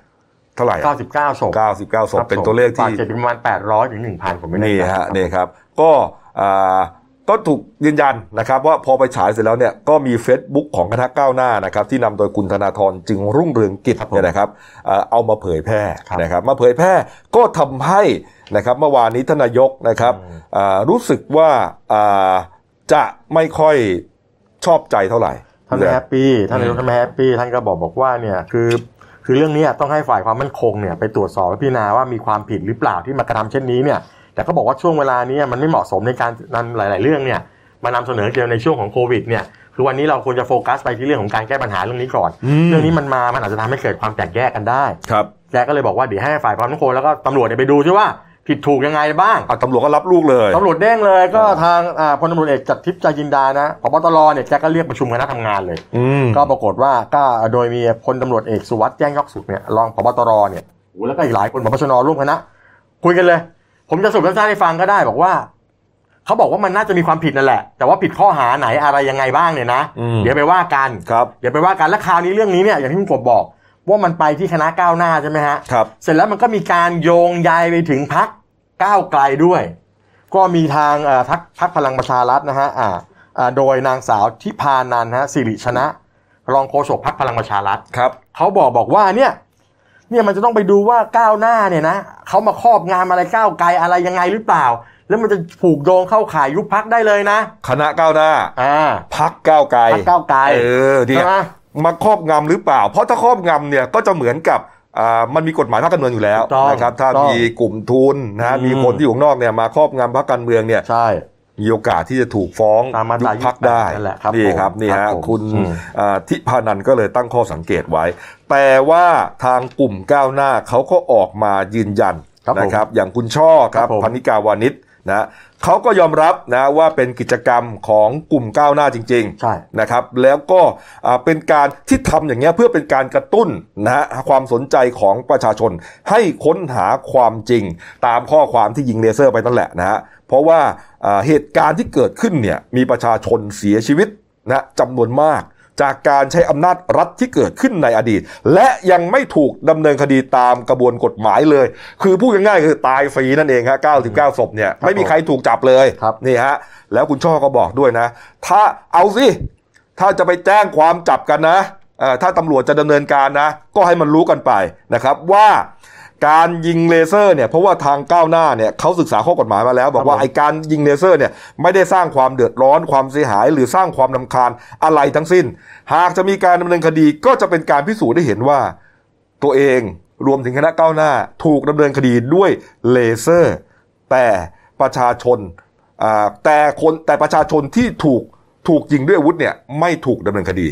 Speaker 1: เท่าไหร่อะ
Speaker 2: 99ศพ
Speaker 1: 99ศพ
Speaker 2: ครับ
Speaker 1: เป็นตัวเลข
Speaker 2: บา
Speaker 1: ที่
Speaker 2: ดเจ็บประมาณ 800 ถึง 1,000 ผมไม่แน่
Speaker 1: นี่
Speaker 2: ใจ
Speaker 1: ฮะ
Speaker 2: ครับ
Speaker 1: นี่ครับก็อ่าก็ถูกยืนยันนะครับว่าพอไปฉายเสร็จแล้วเนี่ยก็มี Facebook ของคณะก้าวหน้านะครับที่นำโดยคุณธนาธรจึงรุ่งเรืองกิจ
Speaker 2: ครับผม
Speaker 1: เนี่ยนะครับเอ่อเอามาเผยแพร่
Speaker 2: ครับ
Speaker 1: นะครับมาเผยแพร่ก็ทำให้นะครับเมื่อวานนี้ทานนายกนะครับ
Speaker 2: อืม
Speaker 1: อ่ารู้สึกว่าอ่าจะไม่ค่อยชอบใจเท่าไหร่
Speaker 2: ท่านไม่แฮปปี้ ท่านนาย
Speaker 1: อื
Speaker 2: ก
Speaker 1: ม
Speaker 2: ท่านไม่แฮปปี้ ท่านก็บอกบอกว่าเนี่ยคือคือเรื่องเนี้ยต้องให้ฝ่ายความมั่นคงเนี่ยไปตรวจสอบและพิจารณาว่ามีความผิดหรือเปล่าที่มากระทำเช่นนี้เนี่ย แต่เขาบอกว่าช่วงเวลาเนี้มันไม่เหมาะสมในการนำหลาย ๆ เรื่องเนี่ยมานำเสนอเกี่ยวในช่วงของโควิดเนี่ยคือวันนี้เราควรจะโฟกัสไปที่เรื่องของการแก้ปัญหาเรื่องนี้ก่อน เรื่องนี้มันมา มันอาจจะทำให้เกิดความแตกแยกกันได้
Speaker 1: ครับ
Speaker 2: แกก็เลยบอกว่าเดี๋ยวให้ฝ่ายความมั่นคงแล้วก็ตำรวจเนี่ยไปดูซิว่าผิดถูกยังไงบ้าง
Speaker 1: อ่ะตำรวจก็รับลูกเลย
Speaker 2: ตำรวจเด้งเลยก็ทางอ่าพลตำรวจเอกจักรทิพย์ใจจินดานะพบตรเนี่ยแกก็เรียกประชุมคณะทำงานเลย
Speaker 1: อืม
Speaker 2: ก็ปรากฏว่าก็โดยมีพลตำรวจเอกสุวัสด์แจ้งยอกสุขเนี่ยรองพบตรเนี่ยโอ้โหแล้วก็อีกหลายคนพบชนร่วมคณะคุยกันเลย ผมจะสรุปสั้นๆให้ฟังก็ได้บอกว่าเขาบอกว่ามันน่าจะมีความผิดนั่นแหละ แต่ว่าผิดข้อหาไหนอะไรยังไงบ้างเนี่ยนะ
Speaker 1: อืม
Speaker 2: เดี๋ยวไปว่ากัน
Speaker 1: ครับ
Speaker 2: เดี๋ยวไปว่ากันและคราวนี้เรื่องนี้เนี่ยอย่างที่คุณกบบอก ว่ามันไปที่คณะก้าวหน้าใช่ไหมฮะ
Speaker 1: ครับ
Speaker 2: เสร็จแล้วมันก็มีการโยงใยไปถึงพักก้าวไกลด้วย ก็มีทางเอ่อพักพักพลังประชารัฐนะฮะอ่าอ่าโดยนางสาวทิพานันท์ฮะสิริชนะ รองโฆษกพักพลังประชารัฐ
Speaker 1: ครับ
Speaker 2: เขาบอกบอกว่าเนี่ยเนี่ยมันจะต้องไปดูว่าก้าวหน้าเนี่ยนะเขามาครอบงามอะไรก้าวไกลอะไรยังไงหรือเปล่า แล้วมันจะผูกโยงเข้าข่ายยุบพักได้เลยนะ
Speaker 1: คณะก้าวหน้า
Speaker 2: อ่า
Speaker 1: พักก้าวไกล
Speaker 2: พักก้าวไกล
Speaker 1: เออเนี่ย
Speaker 2: ใช่ไหม
Speaker 1: มาครอบงำหรือเปล่า เพราะถ้าครอบงำเนี่ยก็จะเหมือนกับอ่ามันมีกฎหมายพรรคการเมืองอยู่แล้ว
Speaker 2: ถูกต้อง
Speaker 1: นะครับ ถ้า
Speaker 2: ถูกต้อง
Speaker 1: มีกลุ่มทุนนะฮะ
Speaker 2: อืม
Speaker 1: มีคนที่อยู่ข้างนอกเนี่ยมาครอบงำพรรคการเมืองเนี่ย
Speaker 2: ใช่
Speaker 1: มีโอกาสที่จะถูกฟ้อง
Speaker 2: ตามมาต
Speaker 1: ยุ
Speaker 2: รา
Speaker 1: บพักได้
Speaker 2: นั่นแหละครับ
Speaker 1: นี่ครับ
Speaker 2: ผม
Speaker 1: นี่
Speaker 2: ครั
Speaker 1: ฮะ
Speaker 2: บผม
Speaker 1: คุณ
Speaker 2: อืม
Speaker 1: อ่าทิพานันก็เลยตั้งข้อสังเกตไว้ แต่ว่าทางกลุ่มก้าวหน้าเขาก็ออกมายืนยัน
Speaker 2: ครับผม
Speaker 1: นะครับ อย่างคุณช่อครับ
Speaker 2: ครับผม
Speaker 1: พันิกาวานิชนะเขาก็ยอมรับนะว่าเป็นกิจกรรมของกลุ่มก้าวหน้าจริง ๆ
Speaker 2: ใช่
Speaker 1: นะครับแล้วก็อ่าเป็นการที่ทำอย่างเงี้ยเพื่อเป็นการกระตุ้นนะฮะความสนใจของประชาชน ให้ค้นหาความจริง ตามข้อความที่ยิงเลเซอร์ไปนั่นแหละนะฮะเพราะว่าอ่าเหตุการณ์ที่เกิดขึ้นเนี่ยมีประชาชนเสียชีวิตนะจำนวนมาก จากการใช้อำนาจรัฐที่เกิดขึ้นในอดีต และยังไม่ถูกดำเนินคดีตามกระบวนกฎหมายเลย คือพูดง่ายๆคือตายฟรีนั่นเองฮะ99ศพเนี่ยไม่มีใครถูกจับเลย
Speaker 2: ครับ
Speaker 1: นี่ฮะแล้วคุณช่อก็บอกด้วยนะ ถ้าเอาสิ ถ้าจะไปแจ้งความจับกันนะเอ่อถ้าตำรวจจะดำเนินการนะ ก็ให้มันรู้กันไปนะครับว่าการยิงเลเซอร์เนี่ยเพราะว่าทางก้าวหน้าเนี่ยเขาศึกษาข้อกฎหมายมาแล้ว บอกว่า
Speaker 2: ครับผม
Speaker 1: ไอ้การยิงเลเซอร์เนี่ยไม่ได้สร้างความเดือดร้อนความเสียหาย หรือสร้างความลำคาญอะไรทั้งสิ้น หากจะมีการดำเนินคดีก็จะเป็นการพิสูจน์ได้เห็นว่า ตัวเองรวมถึงคณะก้าวหน้า ถูกดำเนินคดีด้วยเลเซอร์ แต่ประชาชนอ่าแต่คนแต่ประชาชนที่ถูกถูกยิงด้วยอาวุธเนี่ยไม่ถูกดำเนินคดี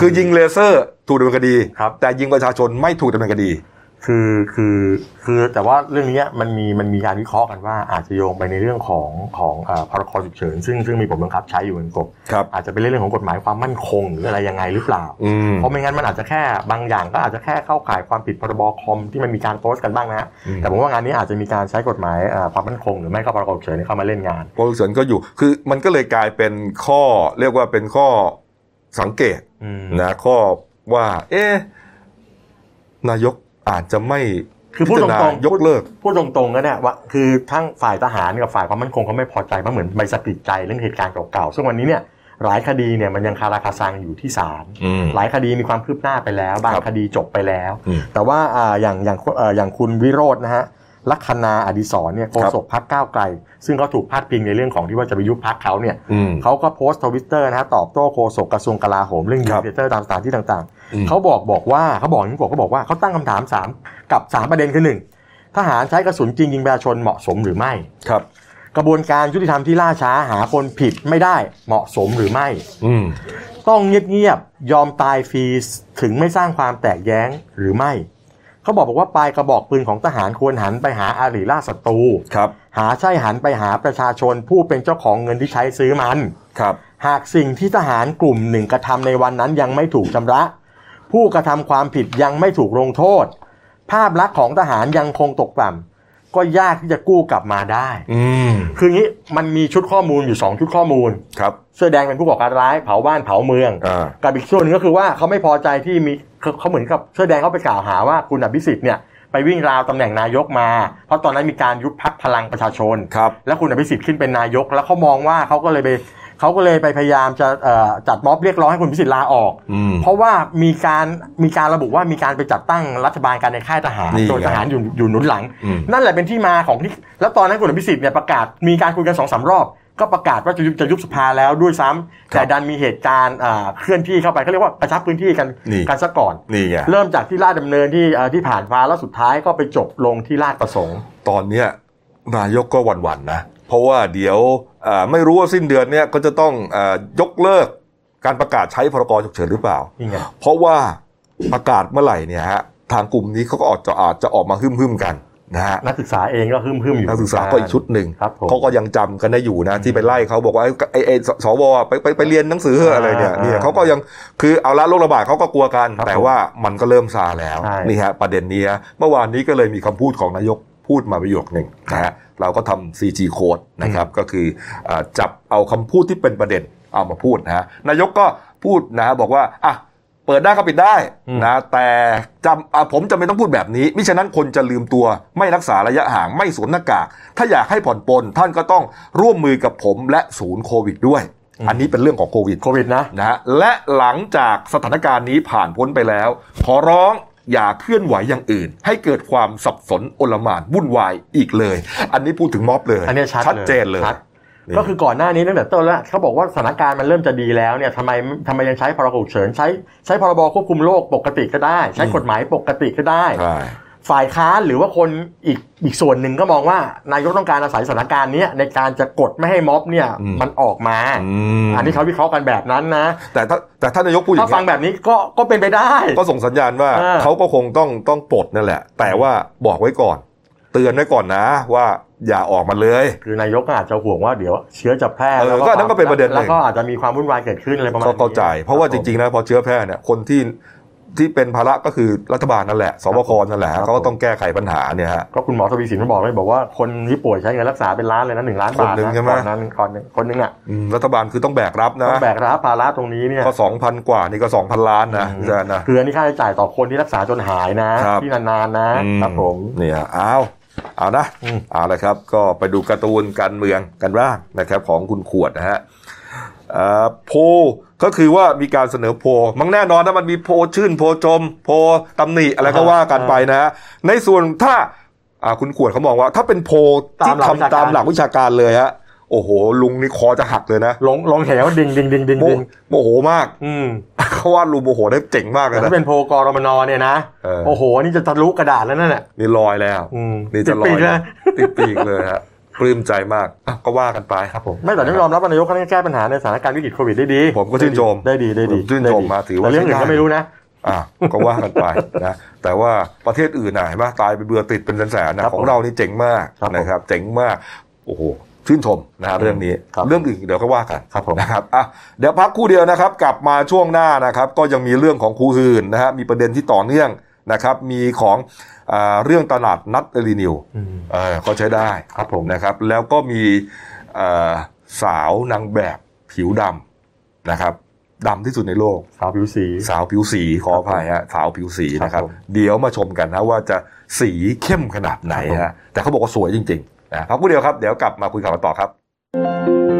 Speaker 1: คือยิงเลเซอร์ถูกดำเนินคดี
Speaker 2: ครับ
Speaker 1: แต่ยิงประชาชนไม่ถูกดำเนินคดี
Speaker 2: คือคือคือแต่ว่าเรื่องนี้มันมีมันมีการวิเคราะห์กันว่าอาจจะโยงไปในเรื่องของของเอ่อพรกฉุกเฉินซึ่งซึ่งมีผลบังคับใช้อยู่เป็นกฎ
Speaker 1: ครับ
Speaker 2: อาจจะเป็นเรื่องของกฎหมายความมั่นคงหรืออะไรยังไงหรือเปล่า
Speaker 1: อืม
Speaker 2: เพราะไม่งั้นมันอาจจะแค่บางอย่างก็อาจจะแค่เข้าข่ายความผิดพรบคอมที่มันมีการโพสต์กันบ้างนะฮะ
Speaker 1: อืม
Speaker 2: แต่ผมว่างานนี้อาจจะมีการใช้กฎหมายเอ่อความมั่นคง หรือไม่ก็พรกฉุกเฉินเข้ามาเล่นงาน
Speaker 1: โปรดิวเซอร์ก็อยู่ คือมันก็เลยกลายเป็นข้อเรียกว่าเป็นข้อสังเกต
Speaker 2: อืม
Speaker 1: นะข้อว่า เอ๊ะนายกอาจจะไม่
Speaker 2: คือพูด
Speaker 1: พิจารณา
Speaker 2: ตรงๆ
Speaker 1: ยกเลิก
Speaker 2: พูดตรงๆก็เนี่ยว่าคือทั้งฝ่ายทหารกับฝ่ายความมั่นคงเขาไม่พอใจเพราะเหมือนใบสะกิดใจเรื่องเหตุการณ์เก่าๆซึ่งวันนี้เนี่ยหลายคดีเนี่ยมันยังคาราคาซังอยู่ที่ศาล
Speaker 1: อืม
Speaker 2: หลายคดีมีความคืบหน้าไปแล้ว บาง
Speaker 1: ครับ
Speaker 2: คดีจบไปแล้ว
Speaker 1: อืม
Speaker 2: แต่ว่าอ่าอย่างอย่างเอ่ออย่างคุณวิโรจน์นะฮะลัคนาอดิศรเนี่ยโฆษกพักก้าวไกล ซึ่งเขาถูกพาดพิงในเรื่องของที่ว่าจะไปยุบพักเขาเนี่ย
Speaker 1: อืม
Speaker 2: เขาก็โพสต์ทวิตเตอร์นะฮะตอบโต้โฆษกกระทรวงกลาโหมเรื่อง
Speaker 1: ค
Speaker 2: ยู
Speaker 1: รับ
Speaker 2: เตอร์ตามสถานที่ต่างๆ
Speaker 1: อืม
Speaker 2: เขาบอกบอกว่าเขาบอกอย่างนี้บอกเขาบอกว่าเขาตั้งคำถามสามกับสามประเด็นคือหนึ่งทหารใช้กระสุนจริงยิงประชาชนเหมาะสมหรือไม่
Speaker 1: ครับ
Speaker 2: กระบวนการยุติธรรมที่ล่าช้าหาคนผิดไม่ได้เหมาะสมหรือไม่
Speaker 1: อืม
Speaker 2: ต้องเงียบๆยอมตายฟรีถึงไม่สร้างความแตกแย้งหรือไม่เขาบอกบอกว่าปลายกระบอกปืนของทหารควรหันไปหาอาริล่าศัตรู
Speaker 1: ครับ
Speaker 2: หาใช่หันไปหาประชาชนผู้เป็นเจ้าของเงินที่ใช้ซื้อมัน
Speaker 1: ครับ
Speaker 2: หากสิ่งที่ทหารกลุ่มหนึ่งกระทำในวันนั้นยังไม่ถูกชำระ ผู้กระทำความผิดยังไม่ถูกลงโทษ ภาพลักษณ์ของทหารยังคงตกต่ำก็ยากที่จะกู้กลับมาได้
Speaker 1: อืม
Speaker 2: คืองี้มันมีชุดข้อมูลอยู่ 2 ชุดข้อมูล
Speaker 1: ครับ
Speaker 2: เสื้อแดงเป็นผู้ก่อการร้ายเผาบ้านเผาเมือง
Speaker 1: อ่า
Speaker 2: กับอีกส่วนหนึงก็คือว่าเขาไม่พอใจที่มีเขาเขาเหมือนกับเสื้อแดงเขาไปกล่าวหาว่าคุณอภิสิทธิ์เนี่ยไปวิ่งราวตำแหน่งนายกมา เพราะตอนนั้นมีการยุบพักพลังประชาชน
Speaker 1: ครับ
Speaker 2: แล้วคุณอภิสิทธิ์ขึ้นเป็นนายก แล้วเขามองว่าเขาก็เลยไปเขาก็เลยไปพยายามจะเอ่อจัดม็อบเรียกร้องให้คุณอภิสิทธิ์ลาออก
Speaker 1: อืม
Speaker 2: เพราะว่ามีการมีการระบุว่ามีการไปจัดตั้งรัฐบาลการในค่ายทหาร
Speaker 1: นี่ไง
Speaker 2: โดยทหารอยู่อยู่หนุนหลัง
Speaker 1: อืม
Speaker 2: นั่นแหละเป็นที่มาของที่แล้วตอนนั้นคุณอภิสิทธิ์เนี่ยประกาศมีการคุยกันสองสามรอบ ก็ประกาศว่าจะยุบจะยุบสภาแล้วด้วยซ้ำแต่ดันมีเหตุการณ์อ่าเคลื่อนที่เข้าไปเขาเรียกว่ากระชับพื้นที่กัน
Speaker 1: นี่
Speaker 2: กันซะก่อน
Speaker 1: นี่ไง
Speaker 2: เริ่มจากที่ลาดดำเนินที่เอ่อที่ผ่านฟ้าแล้วสุดท้ายก็ไปจบลงที่ลาดประสงค์
Speaker 1: ตอนเนี้ยนายกก็หวั่นๆนะ เพราะว่าเดี๋ยวอ่าไม่รู้ว่าสิ้นเดือนเนี่ยก็จะต้องอายกเลิกการประกาศใช้พรกฉุกเฉินหรือเปล่า
Speaker 2: นี่ไง
Speaker 1: เพราะว่าประกาศเมื่อไหร่เนี่ยฮะทางกลุ่มนี้เขาก็อาจจะอาจจะออกมาฮึ่มๆกันนะฮะ
Speaker 2: นักศึกษาเองก็ฮึ่มฮึ่มๆอยู่
Speaker 1: นักศึกษาก็อีกชุดหนึ่ง
Speaker 2: ครับผม
Speaker 1: เขาก็ยังจำกันได้อยู่นะที่ไปไล่เขาบอกว่าไอ้ไอ้ไอ้สสวไปไปไปเรียนหนังสือเหอะอะไรเนี่ย
Speaker 2: อ่า
Speaker 1: เนี่ยเขาก็ยังคือเอาละโรคระบาดเขาก็กลัวกัน
Speaker 2: ครับ
Speaker 1: แต่
Speaker 2: ผม
Speaker 1: ว่ามันก็เริ่มซาแล้ว
Speaker 2: ใช่
Speaker 1: นี่ฮะประเด็นนี้ฮะเมื่อวานนี้ก็เลยมีคำพูดของนายกพูดมาประโยคหนึ่งนะฮะเราก็ทำ CG code นะครับก็คืออ่าจับเอาคำพูดที่เป็นประเด็นเอามาพูดนะฮะนายกก็พูดนะฮะบอกว่าอ่ะเปิดได้ก็ปิดได้นะ แต่จำอ่ะผมจำเป็นต้องพูดแบบนี้มิฉะนั้นคนจะลืมตัว ไม่รักษาระยะห่างไม่สวมหน้ากาก ถ้าอยากให้ผ่อนปลนท่านก็ต้องร่วมมือกับผมและศูนย์โควิดด้วย อันนี้เป็นเรื่องของโควิด
Speaker 2: โควิดนะ
Speaker 1: นะฮะและหลังจากสถานการณ์นี้ผ่านพ้นไปแล้ว ขอร้องอย่าเคลื่อนไหวอย่างอื่น ให้เกิดความสับสนโอลหม่านวุ่นวายอีกเลย อันนี้พูดถึงม็อบเลย
Speaker 2: อันเนี้ยชัด
Speaker 1: เจนเลย
Speaker 2: ชัด
Speaker 1: นี่
Speaker 2: ก็คือก่อนหน้านี้ตั้งแต่ต้นแล้วเขาบอกว่าสถานการณ์มันเริ่มจะดีแล้วเนี่ยทำไมทำไมยังใช้พรกฉุกเฉินใช้ใช้พรบควบคุมโรคปกติก็ได้ ใช้กฎหมายปกติก็ได้
Speaker 1: ใช่
Speaker 2: ฝ่ายค้านหรือว่าคนอีกอีกส่วนหนึ่งก็มองว่านายกต้องการอาศัยสถานการณ์เนี้ยในการจะกดไม่ให้ม็อบเนี่ย
Speaker 1: อืม
Speaker 2: มันออกมา
Speaker 1: ม
Speaker 2: อันนี้เขาวิเคราะห์กันแบบนั้นนะ
Speaker 1: แต่ถ้าแต่ท่านนายกพูดอย่า
Speaker 2: ถ้างฟัง
Speaker 1: เงี้ย
Speaker 2: แบบนี้ก็ก็เป็นไปได้
Speaker 1: ก็ส่งสัญญาณว่า
Speaker 2: อ่า
Speaker 1: เขาก็คงต้องต้องปลดนั่นแหละ แต่ว่าบอกไว้ก่อน เตือนไว้ก่อนนะว่าอย่าออกมาเลย
Speaker 2: คือนายกก็อาจจะห่วงว่าเดี๋ยวเชื้อจะแพร่
Speaker 1: เออก็อันนั้นก็เป็นประเด็นหนึ่ง
Speaker 2: แล้วก็อาจจะมีความวุ่นวายเกิดขึ้นอะไรประมาณ
Speaker 1: ก็
Speaker 2: นี้
Speaker 1: เข้าใจ เพราะว่าจ
Speaker 2: คบผม
Speaker 1: ริงๆนะพอเชื้อแพร่เนี่ยคนที่ที่เป็นภาระก็คือรัฐบาลนั่นแหละสบคนั่นแหละ
Speaker 2: ครับผม
Speaker 1: เขาก็ต้องแก้ไขปัญหาเนี่ยฮะ
Speaker 2: ก็คุณหมอทวีสินก็บอกเลยบอกว่าคนที่ป่วยใช้เงินรักษาเป็นล้านเลยนะหนึ่งล้านบา
Speaker 1: ค
Speaker 2: ท
Speaker 1: นหนึ่ง
Speaker 2: นะ
Speaker 1: ใช่ไหม
Speaker 2: ก่อนนั้นก่อนหนึ่งคนหนึงอ่ะ
Speaker 1: อืมรัฐบาลคือต้องแบกรับนะ
Speaker 2: ต้องแบกรับภาระตรงนี้เนี่ย
Speaker 1: ก็สองพันกว่านี่ก็สองพันล้านนะ
Speaker 2: อืม
Speaker 1: ใช่นะ
Speaker 2: คืออันนี้ค่าใช้จ่ายต่อคนที่รักษาจนหายนะ
Speaker 1: ครับ
Speaker 2: ที่นานๆนะ
Speaker 1: อื
Speaker 2: ครับผม
Speaker 1: เนี่ยอ้าวเอานะ
Speaker 2: อืม
Speaker 1: เอาละครับ ก็ไปดูการ์ตูนการเมืองกันบ้างนะครับของคุณขวดนะฮะเอ่อโพลก็คือว่ามีการเสนอโพลมันแน่นอนนะมันมีโพลชื่นโพลชม โพลตำหนิอะไรก็ว่ากันไปนะฮะในส่วนถ้าอ่าคุณขวดเขามองว่า ถ้าเป็นโพลที่ทำตามหลักวิชาการเลยฮะโอ้โห ลุงนี่คอจะหักเลยนะ
Speaker 2: ลงลงเหวดิ่งดิ่งดิ่งดิ่ง
Speaker 1: โม
Speaker 2: ดิ่ง
Speaker 1: โมโหมาก
Speaker 2: อืม
Speaker 1: เขาว่าลุงโมโหได้เจ๋งมากเล
Speaker 2: แต่
Speaker 1: ยนะ
Speaker 2: ถ้าเป็นโพลกรมนเนี่ยนะ
Speaker 1: เออ
Speaker 2: โอ้โหอันนี่จะทะลุกระดาษแล้วนั่นแหละ
Speaker 1: นี่ลอยแล้ว
Speaker 2: อืม
Speaker 1: นี่จะล
Speaker 2: ติดปี
Speaker 1: อก ย
Speaker 2: แล้ว
Speaker 1: ติดปีกเลยฮะปลื้มใจมากอ่ะก็ว่ากันไปครับผม
Speaker 2: ไม่แต่ต้องยอมรับว่านายกเขาแก้ปัญหาในสถานการณ์วิกฤตโควิดได้ดี
Speaker 1: ผมก็ชื่นชม
Speaker 2: ได้ดีได้ดี
Speaker 1: ผมชื่นชมมาถือว่า
Speaker 2: แต่เรื่องอื่น
Speaker 1: ใช้ได้
Speaker 2: ก็ไม่รู้นะ
Speaker 1: อ่ะก็ว่ากันไปนะแต่ว่าประเทศอื่นน่ะเห็นไหมตายไปเบื่อติดเป็นแสนๆนะครับ ของเรานี่เจ๋งมาก
Speaker 2: ครับผม
Speaker 1: นะครับ เจ๋งมากโอ้โหชื่นชมนะฮะเรื่องนี้
Speaker 2: ครับ
Speaker 1: เรื่องอื่นเดี๋ยวก็ว่ากัน
Speaker 2: ครับผม
Speaker 1: นะครับอ่ะเดี๋ยวพักครู่เดียวนะครับ กลับมาช่วงหน้านะครับ ก็ยังมีเรื่องของครูหื่นนะฮะมีประเด็นที่ต่อเนื่องนะครับ มีของอาเรื่องตลาดนัดเอรีนิว
Speaker 2: อืม
Speaker 1: เออก็ใช้ได้
Speaker 2: ครับผม
Speaker 1: นะครับ แล้วก็มีเอ่อสาวนางแบบผิวดำนะครับดำที่สุดในโลก
Speaker 2: สาวผิวสี
Speaker 1: สาวผิวสีขออภัยฮะสาวผิวสีนะครั
Speaker 2: ครับ บผม
Speaker 1: เดี๋ยวมาชมกันนะว่าจะสีเข้มขนาดไหนฮะแต่เขาบอกว่าสวยจริงๆนะพักครู่เดียวครับเดี๋ยวกลับมาคุยข่าวกันต่อครับ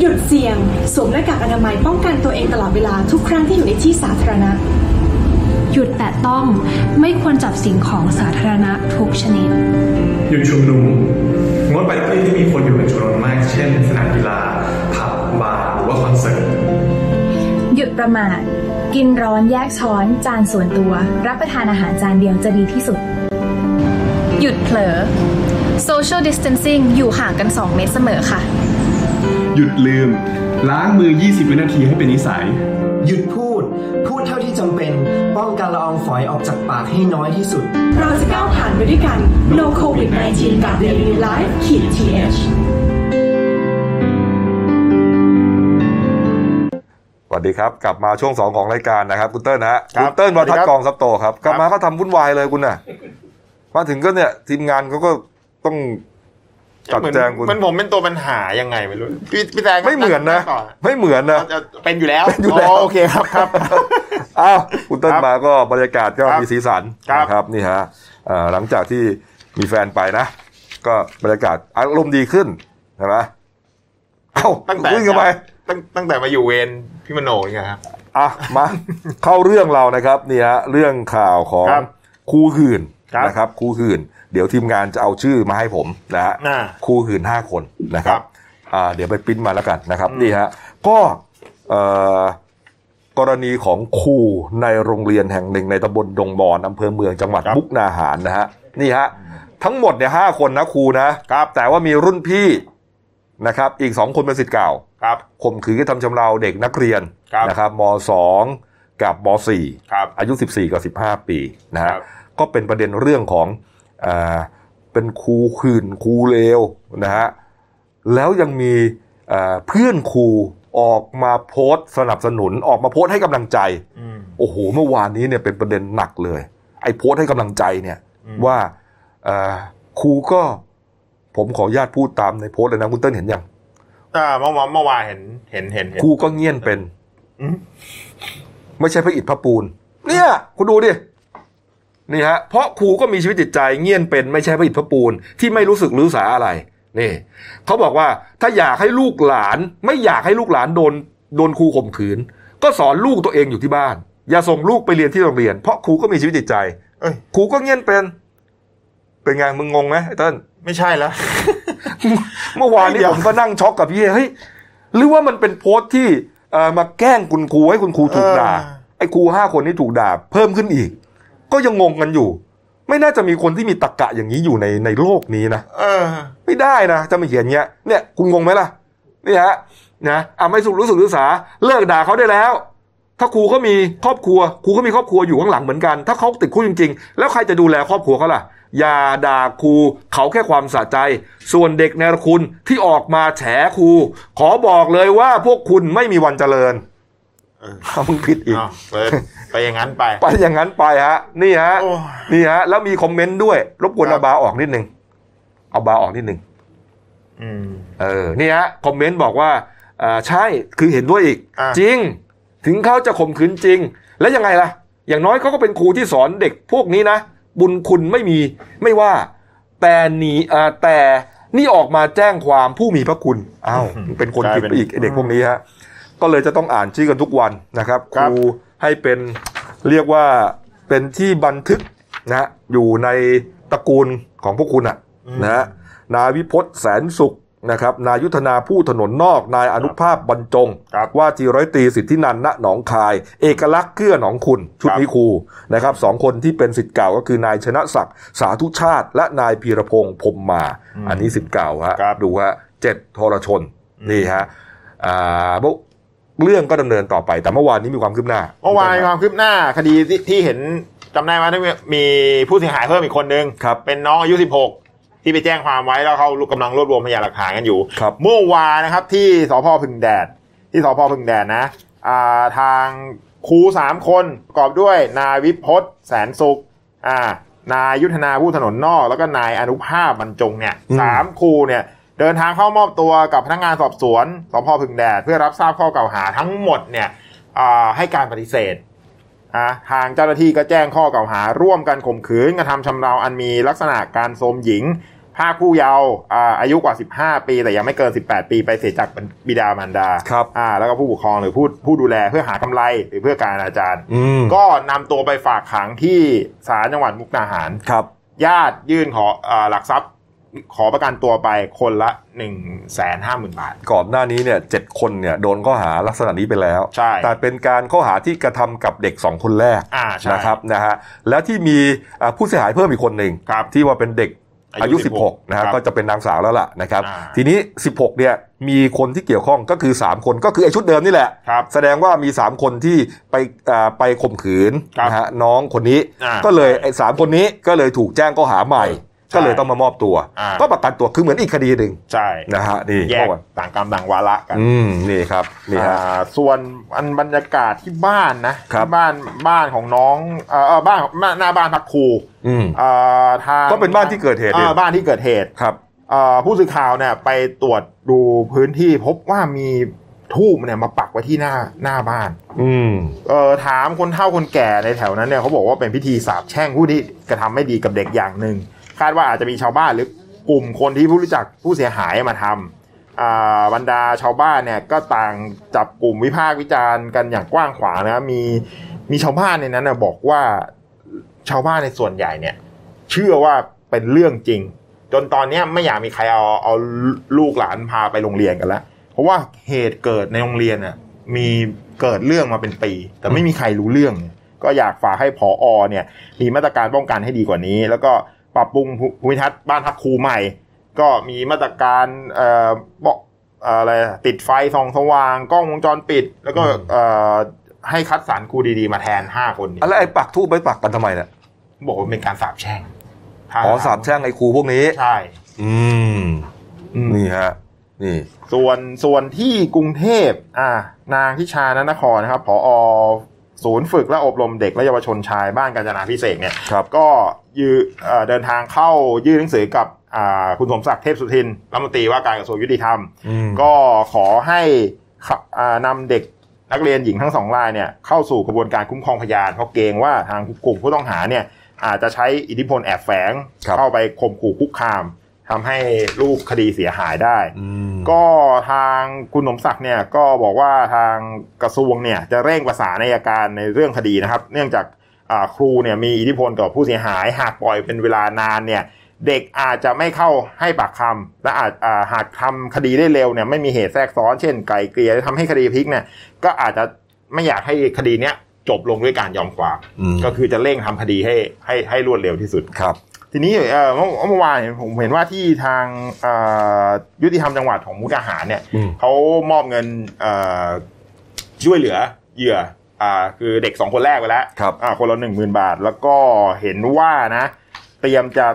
Speaker 3: หยุดเสี่ยง สวมหน้ากากอนามัยป้องกันตัวเองตลอดเวลาทุกครั้งที่อยู่ในที่สาธารณะ
Speaker 4: หยุดแตะต้องไม่ควรจับสิ่งของสาธารณะทุกชนิด
Speaker 5: หยุดชุมนุมงดไปที่ที่มีคนอยู่เป็นจำนวนมาก เช่น สนามกีฬาผับบาร์หรือว่าคอนเสิร์ต
Speaker 6: หยุดประมาท กินร้อนแยกช้อน จานส่วนตัว รับประทานอาหารจานเดียวจะดีที่สุด
Speaker 7: หยุดเผลอ social distancing อยู่ห่างกัน 2 เมตรเสมอค่ะ
Speaker 5: หยุดลืม ล้างมือ 20 วินาทีให้เป็นนิสัย
Speaker 8: หยุดพูด พูดเท่าที่จำเป็น ป้องกันละอองฝอยออกจากปากให้น้อยที่สุด
Speaker 3: เราจะก้าวผ่านไปด้วยกัน No COVID 19กับ Daily New Life ขีด th
Speaker 1: สวัสดีครับ กลับมาช่วงสองของรายการนะครับ คุณเติ้ลนะฮะ
Speaker 2: ครับ
Speaker 1: คุณเติ้ลวัฒน์
Speaker 2: สวัสดีครับ
Speaker 1: กองซับโตครับกลับมาก็ทำวุ่นวายเลยคุณน่ะมาถึงก็เนี่ยทีมงานเขาก็ต้องจัด
Speaker 9: เหมือน
Speaker 1: แจงคุณ
Speaker 9: มันผมเป็นตัวปัญหายังไงไม่รู้พี่พี่แตง
Speaker 1: ไม่เหมือนนะ
Speaker 9: ต่อ
Speaker 1: ไม่เหมือนนะ
Speaker 9: จะเป็นอยู่แล้ว
Speaker 1: เป็นอยู่แล้ว
Speaker 9: โอเคครับครับ
Speaker 1: อ้าวคุณเติ้ล
Speaker 9: ครับ
Speaker 1: มาก็บรรยากาศก็
Speaker 9: ครับ
Speaker 1: มีสีสัน
Speaker 9: ครับ
Speaker 1: นะครับนี่ฮะเอ่อหลังจากที่มีแฟนไปนะ ก็บรรยากาศอารมณ์ดีขึ้นใช่ไหมเอ้า
Speaker 9: ตั้งแต่
Speaker 1: วิ่งเข้าไป
Speaker 9: ตั้งตั้งแต่มาอยู่เวรพี่มโนเนี่ยครับ
Speaker 1: อ่ะมา เข้าเรื่องเรานะครับเนี่ยเรื่องข่าวของ
Speaker 9: ครับ
Speaker 1: ครูหื่น
Speaker 9: ครับ
Speaker 1: นะครับครูหื่น เดี๋ยวทีมงานจะเอาชื่อมาให้ผมนะฮะ
Speaker 9: อ่า
Speaker 1: ครูหื่นห้าคนนะครั
Speaker 9: ครับ บ
Speaker 1: อ่าเดี๋ยวไปปริ้นมาแล้วกันนะครับ
Speaker 9: อืม
Speaker 1: นี่ฮะก็เอ่อกรณีของครูในโรงเรียนแห่งหนึ่งในตำบลดงบอนอำเภอเมืองจังหวัดมุกนาหารนะฮะนี่ฮะทั้งหมดเนี่ยห้าคนนะครูนะครับแต่ว่ามีรุ่นพี่นะครับอีกสองคนเป็นสิทธิ์เก่า
Speaker 9: ครับ
Speaker 1: ข่มขืนกระทำชำเราเด็กนักเรียน
Speaker 9: ครับ
Speaker 1: นะครับม .2 กับม
Speaker 9: ครับ
Speaker 1: .4 อายุ 14 กับ 15 ปีนะฮะ
Speaker 9: ครับ
Speaker 1: ก็เป็นประเด็นเรื่องของอาเป็นครูขืนครูเลวนะฮะแล้วยังมีอ่าเพื่อนครูออกมาโพสต์สนับสนุนออกมาโพสต์ให้กำลังใจ
Speaker 9: อืม
Speaker 1: โอ้โหเมื่อวานนี้เนี่ยเป็นประเด็นหนักเลย ไอ้โพสต์ให้กำลังใจเนี่ย
Speaker 9: อืม
Speaker 1: ว่าอ่าครูก็ผมขออนุญาตพูดตามในโพสต์เลยนะคุณเติ้ลเห็นยัง
Speaker 9: อ่าเมื่อวานเมื่อวานเห็นเห็นเห็นเห็น
Speaker 1: ครูก็เงียนเป็น
Speaker 9: อืม
Speaker 1: ไม่ใช่พระอิฐพระปูน เนี่ย คุณดูดิ นี่ฮะ เพราะครูก็มีชีวิตจิตใจเงียนเป็นไม่ใช่พระอิฐพระปูน ที่ไม่รู้สึกรู้สาอะไร นี่เขาบอกว่าถ้าอยากให้ลูกหลาน ไม่อยากให้ลูกหลานโดนโดนครูข่มขืน ก็สอนลูกตัวเองอยู่ที่บ้าน อย่าส่งลูกไปเรียนที่โรงเรียน เพราะครูก็มีชีวิตจิตใจ
Speaker 9: เอ้ย
Speaker 1: ครูก็เงียนเป็น เป็นไงมึงงงไหมไอ้เต้น
Speaker 9: ไม่ใช่แล้ว
Speaker 1: เมื่อวานนี้ผมก็นั่งช็อกกับพี่เฮ้ยหรือว่ามันเป็นโพสต์ที่เอ่อมาแกล้งคุณครูให้คุณครูถูกด่า
Speaker 9: เออ
Speaker 1: ไอ้ครูห้าคนนี้ถูกด่าเพิ่มขึ้นอีก ก็ยังงงกันอยู่ ไม่น่าจะมีคนที่มีตรกกะอย่างนี้อยู่ในในโลกนี้นะ
Speaker 9: เออ
Speaker 1: ไม่ได้นะจะมาเขียนเงี้ยเนี่ยคุณงงไหมล่ะนี่ฮะนะอ่ะไม่สุรู้สึกรู้สาเลิกด่าเขาได้แล้ว ถ้าครูก็มีครอบครัวครูก็มีครอบครัวอยู่ข้างหลังเหมือนกัน ถ้าเขาติดคุกจริง ๆ แล้วใครจะดูแลครอบครัวเขาล่ะ อย่าด่าครูเขาแค่ความสะใจ ส่วนเด็กในคุณที่ออกมาแฉครูขอบอกเลยว่าพวกคุณไม่มีวันเจริญ
Speaker 9: เออ
Speaker 1: เอามึงผิดอีก
Speaker 9: เอาเปิดไปอย่างนั้นไป
Speaker 1: ไปอย่างนั้นไปฮะ นี่ฮะ
Speaker 9: โอ้ย
Speaker 1: นี่ฮะ แล้วมีคอมเมนต์ด้วย รบกวน
Speaker 9: ครั
Speaker 1: เอา
Speaker 9: บ
Speaker 1: บาร์ออกนิดนึงเอาบาร์ออกนิดนึง
Speaker 9: อืม
Speaker 1: เออนี่ฮะคอมเมนต์บอกว่าอ่าใช่คือเห็นด้วยอีก
Speaker 9: อ่า
Speaker 1: จริง ถึงเขาจะข่มขืนจริง แล้วยังไงล่ะ อย่างน้อยเขาก็เป็นครูที่สอนเด็กพวกนี้นะ บุญคุณไม่มีไม่ว่า แต่หนีอ่าแต่นี่ออกมาแจ้งความผู้มีพระคุณอ้าวเป็นคนผิดไปอีกไอ้เด็กพวกนี้ฮะก็เลยจะต้องอ่านชื่อกันทุกวันนะครับครูให้เป็นเรียกว่าเป็นที่บันทึกนะอยู่ในตระกูลของพวกคุณอ่ะนะฮะ นายวิพจน์แสนสุขนะครับ นายยุทธนาผู้ถนนนอก นายอนุภาพบรรจง
Speaker 9: ครับ
Speaker 1: ว่าจีร้อยตรีสิทธินันท์ณหนองคาย เอกลักษณ์เกื้อหนองคุณ ชุด
Speaker 9: ครับ
Speaker 1: นี้ครูนะครับสองคนที่เป็นสิทธิ์เก่าก็คือนายชนะศักดิ์สาธุชาติ และนายพีรพงศ์พรมมา อันนี้สิทธิ์เก่าฮะ
Speaker 9: ครับ
Speaker 1: ดูฮะเจ็ดทรชน นี่ฮะอ่าพวกเรื่องก็ดำเนินต่อไป แต่เมื่อวานนี้มีความคืบหน้า
Speaker 9: เมื่อวานมีความคืบหน้าคดีที่ที่เห็นจำได้ไหมที่มีผู้เสียหายเพิ่มอีกคนนึง
Speaker 1: ครับ
Speaker 9: เป็นน้องอายุ 16 ที่ไปแจ้งความไว้แล้วเขากำลังรวบรวมพยานหลักฐานกันอยู่
Speaker 1: ครับ
Speaker 9: เมื่อวานนะครับที่สพพึ่งแดด ที่สพพึ่งแดดนะอ่าทางครูสามคนประกอบด้วยนายวิพจน์แสนสุขอ่านายยุทธนาผู้ถนนนอก แล้วก็นายอนุภาพบรรจงเนี่ย
Speaker 1: อืม
Speaker 9: สามครูเนี่ยเดินทางเข้ามอบตัวกับพนักงานสอบสวนสพพึ่งแดด เพื่อรับทราบข้อกล่าวหาทั้งหมดเนี่ย อ่าให้การปฏิเสธอ่ะทางเจ้าหน้าที่ก็แจ้งข้อกล่าวหาร่วมกันข่มขืนกระทำชำเราอันมีลักษณะการโทรมหญิงภาคผู้เยาว์อ่าอายุกว่า 15 ปี แต่ยังไม่เกิน 18 ปี ไปเสียจากบิดามารดา
Speaker 1: ครับ
Speaker 9: อ่าแล้วก็ผู้ปกครองหรือผู้ผู้ดูแลเพื่อหากำไรหรือเพื่อการอนาจารย์
Speaker 1: อืม
Speaker 9: ก็นำตัวไปฝากขังที่ศาลจังหวัดมุกดาหาร
Speaker 1: ครับ
Speaker 9: ญาติยื่นขออาหลักทรัพย์ ขอประกันตัวไปคนละ 1 5 0 0 0 0 บาท
Speaker 1: ก่อนหน้านี้เนี่ยเจ็ดคนเนี่ยโดนข้อหาลักษณะนี้ไปแล้ว
Speaker 9: ใช่
Speaker 1: แต่เป็นการข้อหาที่กระทำกับเด็กสองคนแรก
Speaker 9: อ่าใช่
Speaker 1: นะครับนะฮะแล้วที่มีอ่าผู้เสียหายเพิ่มอีกคนหนึ่ง
Speaker 9: ครับ
Speaker 1: ที่ว่าเป็นเด็กอายุ 16
Speaker 9: 16
Speaker 1: นะฮะ
Speaker 9: ครับ
Speaker 1: ก็จะเป็นนางสาวแล้วล่ะนะครับ
Speaker 9: อ่า
Speaker 1: ทีนี้ 16 เนี่ยมีคนที่เกี่ยวข้องก็คือ 3 คนก็คือไอชุดเดิมนี่แหละ
Speaker 9: ครับ
Speaker 1: แสดงว่ามี 3 คนที่ไปอ่าไปข่มขืน
Speaker 9: ครับ
Speaker 1: นะฮะน้องคนนี้
Speaker 9: อ่า
Speaker 1: ก็เลยไอ้สามคนนี้ก็เลยถูกแจ้งข้อหาใหม่
Speaker 9: ใช่
Speaker 1: ก็เลยต้องมามอบตัว
Speaker 9: อ่า
Speaker 1: ก็ประกันตัวคือเหมือนอีกคดีหนึ่ง
Speaker 9: ใช่
Speaker 1: นะฮะนี่
Speaker 9: แยก
Speaker 1: เมื่อวาน
Speaker 9: ต่างกรรมต่างวาระกัน
Speaker 1: อืมนี่ครับนี่ฮะ
Speaker 9: อ่าส่วนอันบรรยากาศที่บ้านนะครับ ที่บ้านบ้านของน้องเอ่อเอ่อบ้านบ้านหน้าบ้านพักครู
Speaker 1: อืม
Speaker 9: เอ่อทาง
Speaker 1: ก็เป็นบ้านที่เกิดเหตุ
Speaker 9: อ่า
Speaker 1: เนี่ย
Speaker 9: บ้านที่เกิดเหตุ
Speaker 1: ครับ
Speaker 9: เอ่อผู้สื่อข่าวเนี่ยไปตรวจดูพื้นที่พบว่ามีทูบเนี่ยมาปักไว้ที่หน้าหน้าบ้าน
Speaker 1: อืม
Speaker 9: เออถามคนเฒ่าคนแก่ในแถวนั้นเนี่ยเขาบอกว่าเป็นพิธีสาปแช่งผู้ที่กระทำไม่ดีกับเด็กอย่างหนึ่งคาดว่าอาจจะมีชาวบ้านหรือกลุ่มคนที่ผู้รู้จักผู้เสียหายมาทำ อ่าบรรดาชาวบ้านเนี่ยก็ต่างจับกลุ่มวิพากษ์วิจารณ์กันอย่างกว้างขวางนะครับมีมีชาวบ้านในนั้นนะบอกว่าชาวบ้านในส่วนใหญ่เนี่ย เชื่อว่าเป็นเรื่องจริง จนตอนเนี้ยไม่อยากมีใครเอาเอาลูกหลานพาไปโรงเรียนกันแล้วเพราะว่าเหตุเกิดในโรงเรียนน่ะมีเกิดเรื่องมาเป็นปี แต่ไม่มีใครรู้เรื่อง ก็อยากฝากให้ผออเนี่ย มีมาตรการป้องกันให้ดีกว่านี้ แล้วก็ปรับปรุงภูมิทัศน์บ้านพักครูใหม่ ก็มีมาตรการเอ่อบอกเอ่ออะไรอะติดไฟส่องสว่างกล้องวงจรปิด แล้วก็
Speaker 1: อืม
Speaker 9: เอ่อให้คัดสรรครูดีๆ มาแทนห้าคนเนี่ย
Speaker 1: อะไรไอ้ปักทูบไปปักกันทำไมเนี่ย
Speaker 9: บอกว่าเป็นการสาปแช่ง
Speaker 1: อ๋อสาบแช่งไอ้ครูพวกนี้
Speaker 9: ใช่
Speaker 1: อืม
Speaker 9: อืม
Speaker 1: นี่ฮะ นี่
Speaker 9: ส่วนส่วนที่กรุงเทพอ่านางทิชานนครนะครับผออศูนย์ฝึกและอบรมเด็กและเยาวชนชายบ้านกาญจนาพิเศษกเนี่ย
Speaker 1: ครับ
Speaker 9: ก็ยืเอ่อเดินทางเข้ายื่นหนังสือกับอ่าคุณสมศักดิ์เทพสุทินรัฐมนตรีว่าการกระทรวงยุติธรรม
Speaker 1: อืม
Speaker 9: ก็ขอให้ขะอ่านำเด็กนักเรียนหญิงทั้งสองรายเนี่ยเข้าสู่กระบวนการคุ้มครองพยานเพราะเกรงว่าทางกลุ่มผู้ต้องหาเนี่ยอาจจะใช้อิทธิพลแอบแฝง
Speaker 1: ครับ
Speaker 9: เข้าไปข่มขู่คุกคามทำให้รูปคดีเสียหายได้
Speaker 1: อืม
Speaker 9: ก็ทางคุณสมศักดิ์เนี่ยก็บอกว่าทางกระทรวงเนี่ยจะเร่งประสานอัยการในเรื่องคดีนะครับ เนื่องจากอ่าครูเนี่ยมีอิทธิพลต่อผู้เสียหาย หากปล่อยเป็นเวลานานเนี่ยเด็กอาจจะไม่เข้าให้ปากคำและอาจอ่าหากทำคดีได้เร็วเนี่ยไม่มีเหตุแทรกซ้อนเช่นไกลเกลี่ยหรือทำให้คดีพลิกเนี่ยก็อาจจะไม่อยากให้คดีเนี้ย จบลงด้วยการยอมความ
Speaker 1: อืม
Speaker 9: ก็คือจะเร่งทำคดีให้ให้ให้รวดเร็วที่สุด
Speaker 1: ครับ
Speaker 9: ทีนี้เอ่อเมื่อเมื่อวานเนี่ยผมเห็นว่าที่ทางเอ่อยุติธรรมจังหวัดของมุกดาหารเนี่ย
Speaker 1: อืม
Speaker 9: เขามอบเงินเอ่อช่วยเหลือเหยื่ออ่าคือเด็กสองคนแรกไปแล้ว
Speaker 1: ครับ
Speaker 9: อ่าคนละหนึ่งหมื่นบาท แล้วก็เห็นว่านะ เตรียมจะ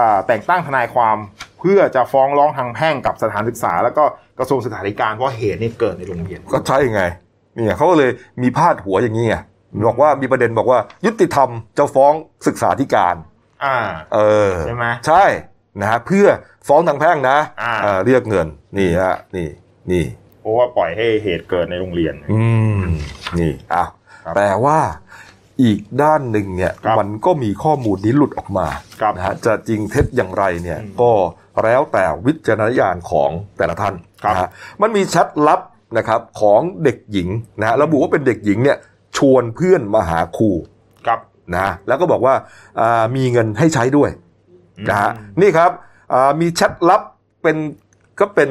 Speaker 9: อ่าแต่งตั้งทนายความเพื่อจะฟ้องร้องทางแพ่งกับสถานศึกษา แล้วก็กระทรวงศึกษาธิการเพราะเหตุนี่เกิดในโรงเรียน
Speaker 1: ก็ใช่ไงเนี่ยเขาก็เลยมีพาดหัวอย่างนี้ไงบอกว่ามีประเด็นบอกว่า ยุติธรรมจะฟ้องศึกษาธิการ
Speaker 9: อ่า
Speaker 1: เออ
Speaker 9: ใช่ไหม
Speaker 1: ใช่นะฮะเพื่อฟ้องทางแพ่งนะ
Speaker 9: อ่า
Speaker 1: เเรียกเงินนี่ฮะนี่นี่
Speaker 9: เพราะว่าปล่อยให้เหตุเกิดในโรงเรียน
Speaker 1: อืมนี่อ้าว
Speaker 9: ครับ
Speaker 1: แต่ว่าอีกด้านหนึ่งเนี่ย
Speaker 9: ครับ
Speaker 1: มันก็มีข้อมูลนี้หลุดออกมา
Speaker 9: ครับ
Speaker 1: นะฮะจะจริงเท็จอย่างไรเนี่ย
Speaker 9: อืม
Speaker 1: ก็แล้วแต่วิจารณญาณของแต่ละท่าน
Speaker 9: ครับ
Speaker 1: นะฮะมันมีแชทลับนะครับของเด็กหญิงนะฮะระบุว่าเป็นเด็กหญิงเนี่ยชวนเพื่อนมาหาครู
Speaker 9: ครับ
Speaker 1: นะแล้วก็บอกว่าอ่ามีเงินให้ใช้ด้วย
Speaker 9: อืม
Speaker 1: นะฮะนี่ครับอ่ามีแชทลับเป็นก็เป็น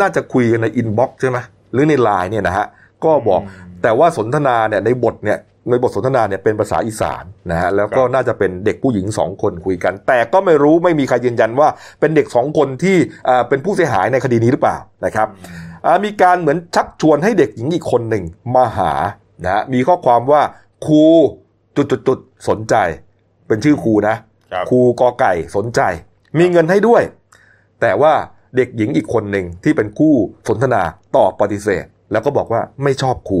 Speaker 1: น่าจะคุยกันในอินบ็อกซ์ใช่ไหมหรือในไลน์เนี่ยนะฮะก็บอก
Speaker 9: อืม
Speaker 1: แต่ว่าสนทนาเนี่ยในบทเนี่ยในบทสนทนาเนี่ยเป็นภาษาอีสานนะฮะแล้วก็
Speaker 9: ครับ
Speaker 1: น่าจะเป็นเด็กผู้หญิงสองคนคุยกัน แต่ก็ไม่รู้ไม่มีใครยืนยันว่าเป็นเด็กสองคนที่อ่าเป็นผู้เสียหายในคดีนี้หรือเปล่านะครับ อ่ามีการเหมือนชักชวนให้เด็กหญิงอีกคนหนึ่งมาหานะฮะมีข้อความว่าครูจุดจุดจุดๆๆสนใจ เป็นชื่อครูนะครับ ครูกอไก่สนใจ มีเงินให้ด้วย แต่ว่าเด็กหญิงอีกคนหนึ่งที่เป็นคู่สนทนาตอบปฏิเสธ แล้วก็บอกว่าไม่ชอบครู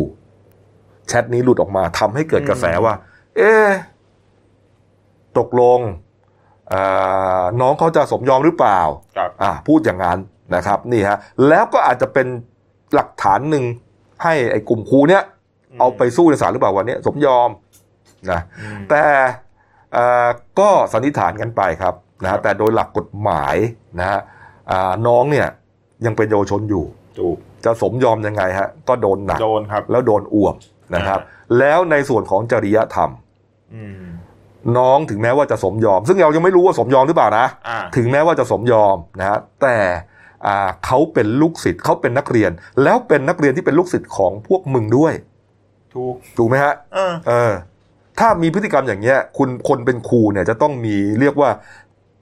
Speaker 1: แชทนี้หลุดออกมาทำให้เกิดกระแสว่า เอ๊ะตกลงอ่าน้องเขาจะสมยอมหรือเปล่า
Speaker 9: ครับ
Speaker 1: อ่าพูดอย่างนั้นนะครับนี่ฮะแล้วก็อาจจะเป็นหลักฐานหนึ่งให้ไอ้กลุ่มครูเนี้ย
Speaker 9: อืม
Speaker 1: เอาไปสู้ในศาลหรือเปล่าวันเนี้ยสมยอมนะแต่เอ่อก็สันนิษฐานกันไปครับนะฮะแต่โดยหลักกฎหมายนะฮะอ่าน้องเนี่ยยังเป็นเยาวชนอยู่
Speaker 9: ถูก
Speaker 1: จะสมยอมยังไงฮะก็โดนหนัก
Speaker 9: โดนครับ
Speaker 1: แล้วโดนอ่วมนะครับ แล้วในส่วนของจริยธรรม
Speaker 9: อืม
Speaker 1: น้องถึงแม้ว่าจะสมยอม ซึ่งเรายังไม่รู้ว่าสมยอมหรือเปล่านะ
Speaker 9: อ่า
Speaker 1: ถึงแม้ว่าจะสมยอมนะฮะแต่อ่าเขาเป็นลูกศิษย์เขาเป็นนักเรียน แล้วเป็นนักเรียนที่เป็นลูกศิษย์ของพวกมึงด้วย
Speaker 9: ถูก
Speaker 1: ถูกไหมฮะ
Speaker 9: อ่า
Speaker 1: เออถ้ามีพฤติกรรมอย่างเงี้ยคุณคนเป็นครูเนี่ยจะต้องมีเรียกว่า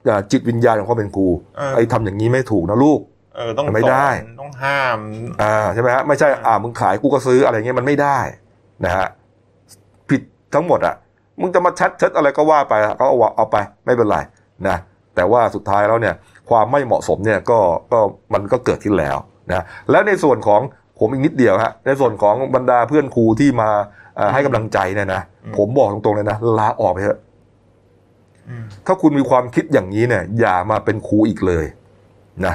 Speaker 1: อ่าจิตวิญญาณของความเป็นครูไอ้ทำอย่างนี้ไม่ถูกนะลูก
Speaker 9: เออต้อง
Speaker 1: ไม่ได้
Speaker 9: สอนต้องห้าม
Speaker 1: อ่าใช่ไหมฮะไม่ใช่อ่ามึงขายกูก็ซื้ออะไรเงี้ยมันไม่ได้นะฮะผิดทั้งหมดอ่ะมึงจะมาแชทแชทอะไรก็ว่าไปอะก็เอาวะเอาไปไม่เป็นไรนะแต่ว่าสุดท้ายแล้วเนี่ยความไม่เหมาะสมเนี่ยก็ก็มันก็เกิดขึ้นแล้วนะแล้วในส่วนของผมอีกนิดเดียวฮะในส่วนของบรรดาเพื่อนครูที่มาอ่าให้กำลังใจเนี่ยนะ
Speaker 9: อืม
Speaker 1: ผมบอกตรงๆเลยนะลาออกไปเถอะ
Speaker 9: อืม
Speaker 1: ถ้าคุณมีความคิดอย่างนี้เนี่ยอย่ามาเป็นครูอีกเลยนะ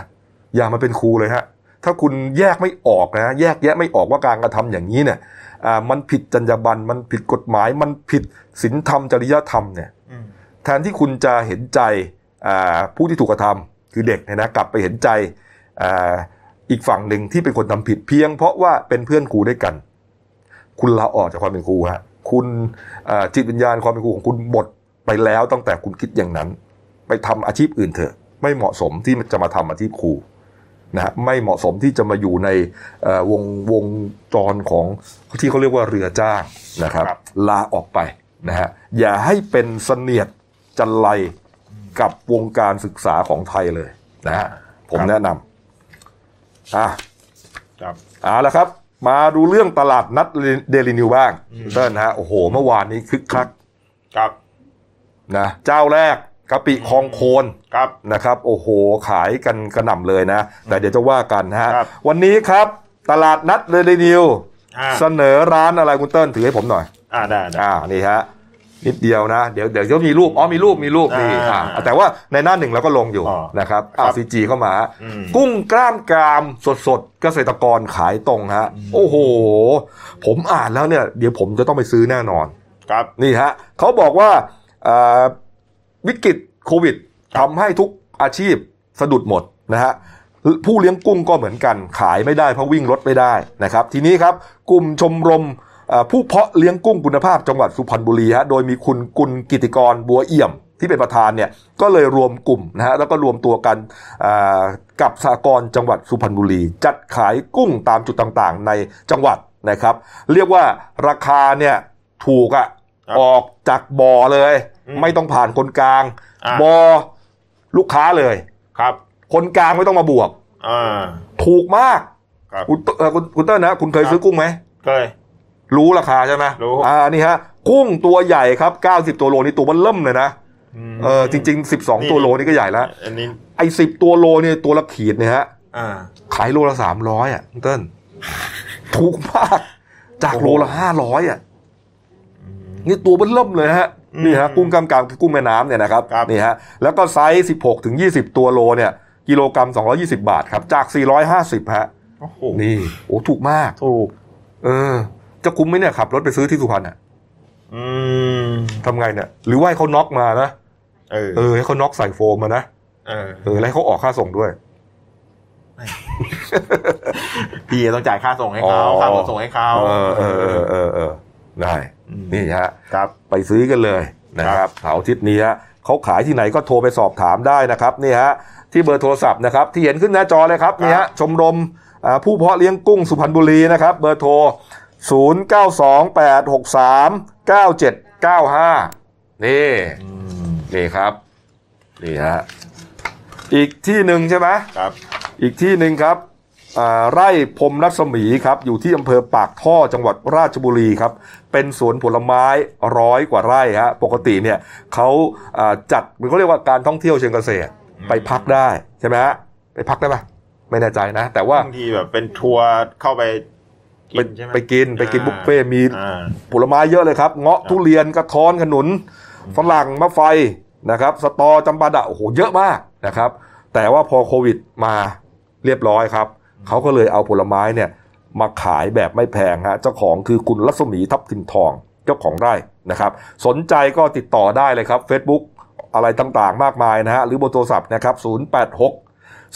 Speaker 1: อย่ามาเป็นครูเลยฮะ ถ้าคุณแยกไม่ออกนะ แยกแยะไม่ออกว่าการกระทำอย่างนี้เนี่ยอ่ามันผิดจรรยาบรรณมันผิดกฎหมาย มันผิดศีลธรรมจริยธรรมเนี่ย
Speaker 9: อืม
Speaker 1: แทนที่คุณจะเห็นใจอ่าผู้ที่ถูกกระทำคือเด็กเนี่ยนะกลับไปเห็นใจอ่าอีกฝั่งหนึ่งที่เป็นคนทำผิดเพียงเพราะว่าเป็นเพื่อนครูด้วยกัน คุณลาออกจากความเป็นครูฮะคุณอ่าจิตวิญญาณความเป็นครูของคุณหมดไปแล้วตั้งแต่คุณคิดอย่างนั้น ไปทำอาชีพอื่นเถอะ ไม่เหมาะสมที่จะมาทำอาชีพครูนะฮะไม่เหมาะสมที่จะมาอยู่ในเอ่อวงวงจรของที่เขาเรียกว่าเรือจ้างนะครับ
Speaker 9: ครับ
Speaker 1: ลาออกไปนะฮะอย่าให้เป็นเสนียด จันไรกับวงการศึกษาของไทยเลยนะฮะผมแนะนำอ่ะ
Speaker 9: ครับ
Speaker 1: เอาละครับ มาดูเรื่องตลาดนัดเดลินิวบ้างเติ้ลฮะโอ้โห เมื่อวานนี้คึกคัก
Speaker 9: ครับ
Speaker 1: นะเจ้าแรกกะปิคลองโคน
Speaker 9: ครับ
Speaker 1: นะครับ โอ้โห ขายกันกระหน่ำเลยนะ แต่เดี๋ยวจะว่ากันนะฮะ
Speaker 9: ครับ
Speaker 1: วันนี้ครับตลาดนัดเดลินิว
Speaker 9: อ่า
Speaker 1: เสนอร้านอะไรคุณเติ้ลถือให้ผมหน่อย
Speaker 9: อ่าได้ได้
Speaker 1: อ่านี่ฮะนิดเดียวนะเดี๋ยวเดี๋ยวจะมีรูปอ๋อมีรูปมีรูปนี่
Speaker 9: อ่า
Speaker 1: อ่าแต่ว่าในหน้าหนึ่งเราก็ลงอยู่
Speaker 9: อ๋อ
Speaker 1: นะครับ
Speaker 9: ครั
Speaker 1: อา
Speaker 9: บ
Speaker 1: ซีจีเข้ามาฮะ
Speaker 9: อืม
Speaker 1: กุ้งกล้ามกรามสดสดๆเกษตรกรขายตรงฮะ
Speaker 9: อืม
Speaker 1: โอ้โห ผมอ่านแล้วเนี่ย เดี๋ยวผมจะต้องไปซื้อแน่นอน
Speaker 9: ครับ
Speaker 1: นี่ฮะเขาบอกว่าอ่าวิกฤตโควิดทำให้ทุกอาชีพสะดุดหมดนะฮะผู้เลี้ยงกุ้งก็เหมือนกัน ขายไม่ได้เพราะวิ่งรถไม่ได้นะครับ ทีนี้ครับกลุ่มชมรมเอ่อผู้เพาะเลี้ยงกุ้งคุณภาพจังหวัดสุพรรณบุรีฮะโดยมีคุณกุลกิติกรบัวเอี่ยม ที่เป็นประธานเนี่ยก็เลยรวมกลุ่มนะฮะแล้วก็รวมตัวกันอ่ากับสากรณ์จังหวัดสุพรรณบุรี จัดขายกุ้งตามจุดต่างๆ ในจังหวัด นะครับ เรียกว่าราคาเนี่ยถูกอะ
Speaker 9: ครับ
Speaker 1: ออกจากบ่อเลย
Speaker 9: อืม
Speaker 1: ไม่ต้องผ่านคนกลาง
Speaker 9: อ่ะ
Speaker 1: บ่อลูกค้าเลย
Speaker 9: ครับ
Speaker 1: คนกลางไม่ต้องมาบวก
Speaker 9: อ่า
Speaker 1: ถูกมาก
Speaker 9: ครับ
Speaker 1: คุณเอ่อคุณคุณเต้ยนะ คุณเคย
Speaker 9: ครับ
Speaker 1: ซื้อกุ้งไหม
Speaker 9: เคย
Speaker 1: รู้ราคาใช่ไหม
Speaker 9: รู้
Speaker 1: อ่านี่ฮะ กุ้งตัวใหญ่ครับ 90 ตัวโลนี่ตัวมันเริ่มเลยนะ
Speaker 9: ม
Speaker 1: เออจริง ๆ
Speaker 9: นี่
Speaker 1: 12 ตัวโลนี่ก็ใหญ่แล้ว
Speaker 9: อันนี้
Speaker 1: ไอ้สิตัวโลเนี่ยตัวละขีดเนี่ยฮะ
Speaker 9: อ่า
Speaker 1: ขายโลละสามร้อยอ่ะคุณเติ้ลถูกมาก จากโลละห้าร้อยอ่ะนี่ตัวเบิ้ลเริ่มเลยฮะ
Speaker 9: อืม
Speaker 1: นี่ฮะกุ้งกามกามคือกุ้งแม่น้ำเนี่ยนะครับ
Speaker 9: ครับ
Speaker 1: นี่ฮะแล้วก็ไซส์สิบหกถึงยี่สิบตัวโลเนี่ย กิโลกรัมสองร้อยี่สิบาทครับ จากสี่ร้อยห้าสิบฮะ
Speaker 9: โอ้โห
Speaker 1: นี่โอ้ถูกมาก
Speaker 9: ถูก
Speaker 1: เออ จะคุ้มไหมเนี่ยขับรถไปซื้อที่สุพรรณอ่ะ
Speaker 9: อืม
Speaker 1: ทำไงเนี่ย หรือว่าให้เขาน็อกมานะ
Speaker 9: เออ
Speaker 1: เออให้เขาน็อกใส่โฟมมานะ
Speaker 9: เออ
Speaker 1: เออแล้วให้เขาออกค่าส่งด้วย
Speaker 9: พี่ต้องจ่ายค่าส่งให้
Speaker 1: อ๋
Speaker 9: เขา
Speaker 1: อ
Speaker 9: ค่าขนส่งให้เขา
Speaker 1: เออเออเออเออเออได้
Speaker 9: ม
Speaker 1: นี่ฮะ
Speaker 9: ครับ
Speaker 1: ไปซื้อกันเลยนะครับเสาร์อาทิตย์นี้ฮะเขาขายที่ไหนก็โทรไปสอบถามได้นะครับนี่ฮะที่เบอร์โทรศัพท์นะครับที่เห็นขึ้นหน้าจอเลยครับนี่ฮะชมรมอ่าผู้เพาะเลี้ยงกุ้งสุพรรณบุรีนะครับ เบอร์โทร 0 9 2 8 6 3 9 7 9 5 นี่นี่ครับนี่ฮะอีกที่หนึ่งใช่ไหม
Speaker 9: ครับ
Speaker 1: อีกที่หนึ่งครับอ่าไร่พรมรัศมีครับ อยู่ที่อำเภอปากท่อจังหวัดราชบุรีครับ เป็นสวนผลไม้ร้อยกว่าไร่ฮะปกติเนี่ยเขาอ่าจัดเขาเรียกว่าการท่องเที่ยวเชิงเกษตรไปพักได้ใช่ไหมฮะไปพักได้ปะไม่แน่ใจนะ แต่ว่า
Speaker 9: บางทีแบบเป็นทัวร์เข้าไป
Speaker 1: ไป
Speaker 9: กินใช่ไหม
Speaker 1: ไปกินไปกินบุฟเฟ่ต์มี
Speaker 9: อ่า
Speaker 1: ผลไม้เยอะเลยครับ เงาะทุเรียนกระท้อนขนุนฝรั่งมะไฟนะครับ สตอจำปาดะโอ้โหเยอะมากนะครับ แต่ว่าพอโควิดมาเรียบร้อยครับ เขาก็เลยเอาผลไม้เนี่ยมาขายแบบไม่แพงฮะเจ้าของคือคุณลักษมีทับทิมทองเจ้าของไร่นะครับ สนใจก็ติดต่อได้เลยครับ Facebook อะไรต่างๆมากมายนะฮะหรือเบนโทรศัพท์นะครับ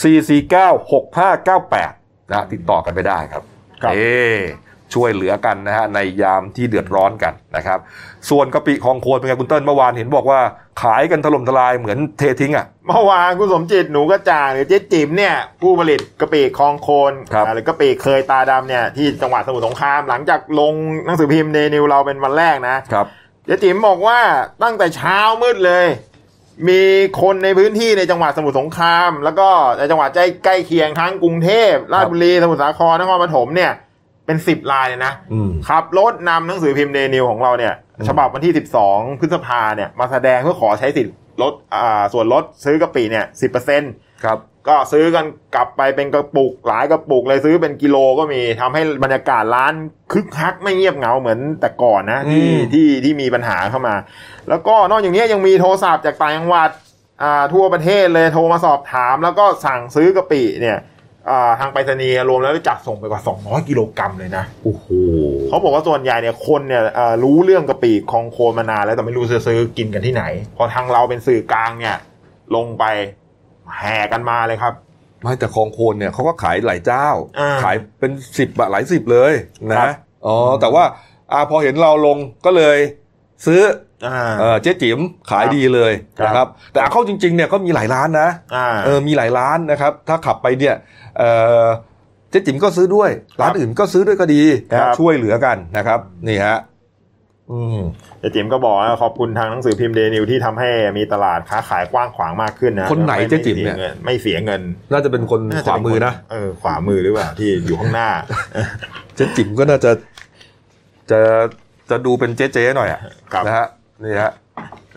Speaker 1: 086 449 6598 นะติดต่อกันไปได้ครับ
Speaker 9: ครับ
Speaker 1: เอ้ช่วยเหลือกันนะฮะในยามที่เดือดร้อนกันนะครับ ส่วนกะปิของโคนเป็นไงคุณเติ้ลเมื่อวานเห็นบอกว่าขายกันถล่มทลายเหมือนเททิ้งอ่ะ
Speaker 9: เมื่อวานคุณสมจิตหนูกระจ่างหรือเจ๊จิ๋มเนี่ยผู้ผลิตกะปิคลองโคน
Speaker 1: ครับ
Speaker 9: หรือกะปิเคยตาดำเนี่ยที่จังหวัดสมุทรสงครามหลังจากลงหนังสือพิมพ์เดนิวเราเป็นวันแรกนะครับ เจ๊จิ๋มบอกว่าตั้งแต่เช้ามืดเลย มีคนในพื้นที่ในจังหวัดสมุทรสงคราม แล้วก็ในจังหวัดใกล้ใกล้เคียงทั้งกรุงเทพราชบุรีสมุทรสาครนครปฐมเนี่ยเป็นสิบรายเลยนะ
Speaker 1: อืม
Speaker 9: ขับรถนำหนังสือพิมพ์เดนิวของเราเนี่ย
Speaker 1: อืม
Speaker 9: ฉบับวันที่ 12 พฤษภาเนี่ย มาแสดงเพื่อขอใช้สิทธิ์ลดอ่าส่วนลดซื้อกะปิเนี่ย10%
Speaker 1: ครับ
Speaker 9: ก็ซื้อกันกลับไปเป็นกระปุกหลายกระปุกเลยซื้อเป็นกิโลก็มีทำให้บรรยากาศร้านคึกคักไม่เงียบเหงาเหมือนแต่ก่อนนะ ที่
Speaker 1: อืม
Speaker 9: ที่ที่มีปัญหาเข้ามา แล้วก็นอกจากนี้ยังมีโทรศัพท์จากต่างจังหวัดอ่าทั่วประเทศเลยโทรมาสอบถาม แล้วก็สั่งซื้อกะปิเนี่ยอ่าทางไปรษณีย์รวมแล้วจัดส่งไปกว่า 200 กิโลกรัมเลยนะ
Speaker 1: โอ้โห
Speaker 9: เขาบอกว่าส่วนใหญ่เนี่ยคนเนี่ยเอ่อรู้เรื่องกะปิคองโคนมานานแล้วแต่ไม่รู้จะซื้อกินกันที่ไหน พอทางเราเป็นสื่อกลางเนี่ย ลงไปแห่กันมาเลยครับ
Speaker 1: ไม่แต่ของโคนเนี่ยเขาก็ขายหลายเจ้า
Speaker 9: อ่า
Speaker 1: ขายเป็นสิบอะหลายสิบเลย
Speaker 9: ครั
Speaker 1: นะ
Speaker 9: บ
Speaker 1: อ๋อแต่ว่าอาพอเห็นเราลงก็เลยซื้อ
Speaker 9: อ่า
Speaker 1: เออเจ๊จิ๋มขาย
Speaker 9: ครับ
Speaker 1: ดีเลย
Speaker 9: ครับ
Speaker 1: นะครับ แต่เอาเข้าจริงๆเนี่ยก็มีหลายร้านนะ
Speaker 9: อ่า
Speaker 1: เออ มีหลายร้านนะครับ ถ้าขับไปเนี่ยเอ่อเจ๊จิ๋มก็ซื้อด้วย ร้านอื่นก็ซื้อด้วยก็ดีนะครับ ช่วยเหลือกันนะครับ นี่ฮะ อืม
Speaker 9: แต่จิ๋มก็บอกว่าขอบคุณทางหนังสือพิมพ์เดนิวที่ทำให้มีตลาดค้าขายกว้างขวางมากขึ้นนะ
Speaker 1: คนไหน
Speaker 9: ม่
Speaker 1: เจ๊จิ๋มเนี่ย
Speaker 9: ไม่เสียเงิน
Speaker 1: น่าจะเป็นคน
Speaker 9: ไม่
Speaker 1: ข
Speaker 9: เสียเงิน
Speaker 1: วามือนะ
Speaker 9: เออขวามือหรือเปล่าที่อยู่ข้างหน้า
Speaker 1: เจ๊จิ๋มก็น่าจะ จะ จะดูเป็นเจ๊เจ๊ๆหน่อยอะ
Speaker 9: ครับ
Speaker 1: นะฮะ นี่ฮะ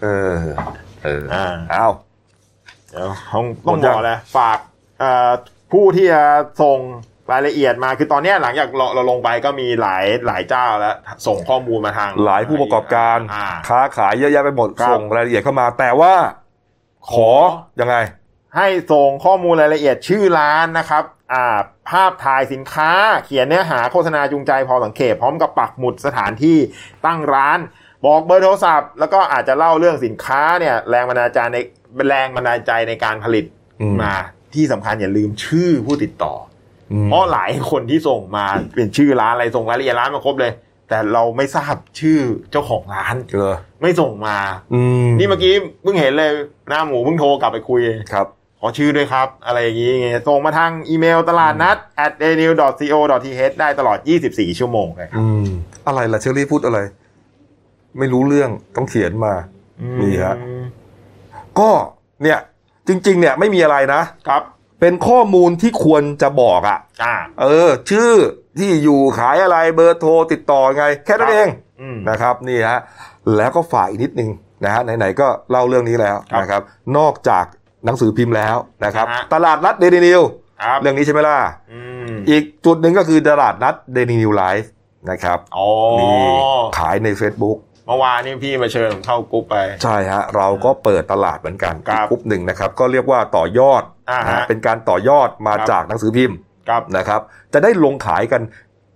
Speaker 1: เออ เออ
Speaker 9: อ่า
Speaker 1: อ้าว
Speaker 9: เดี๋ยวต้องต้อ
Speaker 1: ห
Speaker 9: ง
Speaker 1: มด
Speaker 9: บ
Speaker 1: ยัง
Speaker 9: อกแหละฝากเอ่อผู้ที่จะส่งรายละเอียดมาคือตอนเนี้ยหลังจากเราเราลงไปก็มีหลายหลายเจ้าแล้ว ส่งข้อมูลมาทาง
Speaker 1: หลายผู้ประกอบการ
Speaker 9: อ่
Speaker 1: ค้าขายเยอะแยะไปหมด
Speaker 9: ครับ
Speaker 1: ส่งรายละเอียดเข้ามา แต่ว่า ขอ ยังไง
Speaker 9: ให้ส่งข้อมูลรายละเอียดชื่อร้านนะครับอ่าภาพถ่ายสินค้า เขียนเนื้อหาโฆษณาจูงใจพอสังเกตพร้อมกับปักหมุดสถานที่ตั้งร้าน บอกเบอร์โทรศัพท์ แล้วก็อาจจะเล่าเรื่องสินค้าเนี่ยแรงบันดาลใจในแรงบันดาลใจในการผลิต
Speaker 1: อืม
Speaker 9: มาที่สำคัญอย่าลืมชื่อผู้ติดต่อ
Speaker 1: อืม
Speaker 9: เพราะหลายคนที่ส่งมาเป็นชื่อร้านอะไรส่งรายละเอียดร้านมาครบเลย แต่เราไม่ทราบชื่อเจ้าของร้าน
Speaker 1: เจอ
Speaker 9: ไม่ส่งมา
Speaker 1: อืม
Speaker 9: นี่เมื่อกี้เพิ่งเห็นเลยหน้าหมูเพิ่งโทรกลับไปคุย
Speaker 1: ครับ
Speaker 9: ข อชื่อด้วยครับ อะไรอย่างนี้ไงส่งมาทางอีเมลตลาดนัด at a n e w c o t h ได้ตลอด 24 ชั่วโมงเลยครับ
Speaker 1: อืม อะไรล่ะเชอรี่พูดอะไร ไม่รู้เรื่องต้องเขียนมา นี่ฮะ ก็เนี่ยจริง ๆ เนี่ยไม่มีอะไรนะ
Speaker 9: ครับ
Speaker 1: เป็นข้อมูลที่ควรจะบอกอะ่ะ
Speaker 9: อ่า
Speaker 1: เออ ชื่อที่อยู่ขายอะไรเบอร์โทรติดต่อไง แค่นั้น
Speaker 9: ครับ
Speaker 1: เอง
Speaker 9: อืม
Speaker 1: นะครับนี่ฮะแล้วก็ฝ่ายนิดนึงนะฮะไหนๆก็เล่าเรื่องนี้แล้ว
Speaker 9: ครับ
Speaker 1: นะครับ นอกจากหนังสือพิมพ์แล้วนะครับ
Speaker 9: ฮะ
Speaker 1: ตลาดนัดเดลินิว
Speaker 9: ครับ
Speaker 1: เรื่องนี้ใช่ไหมล่ะ
Speaker 9: อืม
Speaker 1: อีกจุดหนึ่งก็คือตลาดนัดเดลินิวไลฟ์นะครับ
Speaker 9: อ๋อ
Speaker 1: นี่ขายใน Facebook
Speaker 9: เมื่อวานนี่พี่มาเชิญผมเข้ากรุ๊ปไป
Speaker 1: ใช่ฮะเราก็เปิดตลาดเหมือนกัน
Speaker 9: ครั
Speaker 1: อี
Speaker 9: บ
Speaker 1: กกลุ่มหนึ่งนะครับ ก็เรียกว่าต่อยอด
Speaker 9: อ่าฮะ
Speaker 1: นะฮะเป็นการต่อยอดมา
Speaker 9: ครับ
Speaker 1: จากหนังสือพิมพ์
Speaker 9: ครับ
Speaker 1: นะครับ จะได้ลงขายกัน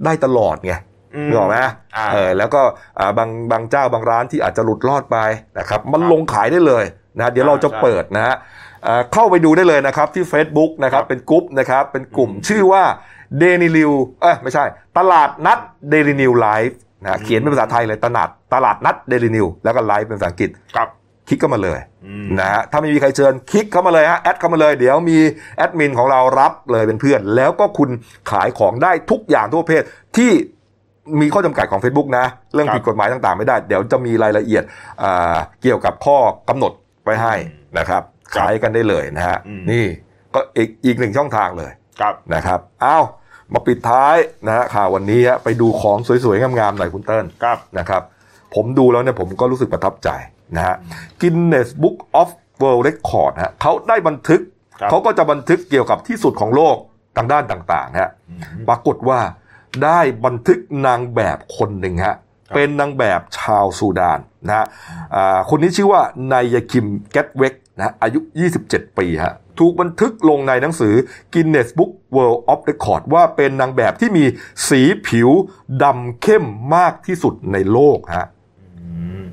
Speaker 1: ได้ตลอดไง
Speaker 9: อืม
Speaker 1: นึกออกไหม
Speaker 9: อ่า
Speaker 1: เออแล้วก็อ่าบางบางเจ้าบางร้านที่อาจจะหลุดรอดไปนะครับมัน
Speaker 9: ครับ
Speaker 1: ลงขายได้เลยนะเดี๋ยวเราจะ
Speaker 9: ใช่
Speaker 1: เปิดนะฮะเอ่อเข้าไปดูได้เลยนะครับที่ Facebook นะครับ
Speaker 9: ครับ
Speaker 1: เป็นกลุ่มนะครับเป็นกลุ่มชื่อว่าเดนิลิวเอ้ยไม่ใช่ ตลาดนัดเดลินิวไลฟ์นะเขียนเป็นภาษาไทยเลยตลาดตลาดนัดเดลินิวแล้วก็ไลฟ์เป็นภาษาอังกฤษ
Speaker 9: ครับ
Speaker 1: คลิกเข้ามาเลย
Speaker 9: อืม
Speaker 1: นะฮะถ้าไม่มีใครเชิญคลิกเข้ามาเลยฮะแอดเข้ามาเลย เดี๋ยวมีแอดมินของเรารับเลยเป็นเพื่อน แล้วก็คุณขายของได้ทุกอย่างทั่วประเพศที่ มีข้อจำกัดของ Facebook นะ เรื่อง
Speaker 9: ครับ
Speaker 1: ผิดกฎหมายต่างๆ ไม่ได้ เดี๋ยวจะมีรายละเอียดอ่าเกี่ยวกับข้อกำหนดไว้ให้นะครับ ขายกันได้เลยนะฮะ นี่ก็อีกอีกหนึ่งช่องทางเลย
Speaker 9: ครับ
Speaker 1: นะครับอ้าวมาปิดท้ายนะฮะข่าววันนี้ฮะไปดูของสวยๆ งามๆหน่อยคุณเติ้ล
Speaker 9: ครับ
Speaker 1: นะครับ ผมดูแล้วเนี่ยผมก็รู้สึกประทับใจนะฮะ Guinness Book of World Record ฮะเขาได้บันทึก
Speaker 9: ครับ
Speaker 1: เขาก็จะบันทึกเกี่ยวกับที่สุดของโลกทางด้านต่างๆฮะ ปรากฏว่าได้บันทึกนางแบบคนหนึ่งฮะ
Speaker 9: ครับ
Speaker 1: เป็นนางแบบชาวซูดานนะฮะอ่าคนนี้ชื่อว่านายาคิมแกตเวกนะฮะอายุ 27 ปีฮะ ถูกบันทึกลงในหนังสือ Guinness Book World of Record ว่าเป็นนางแบบที่มีสีผิวดำเข้มมากที่สุดในโลกฮะ
Speaker 9: อืม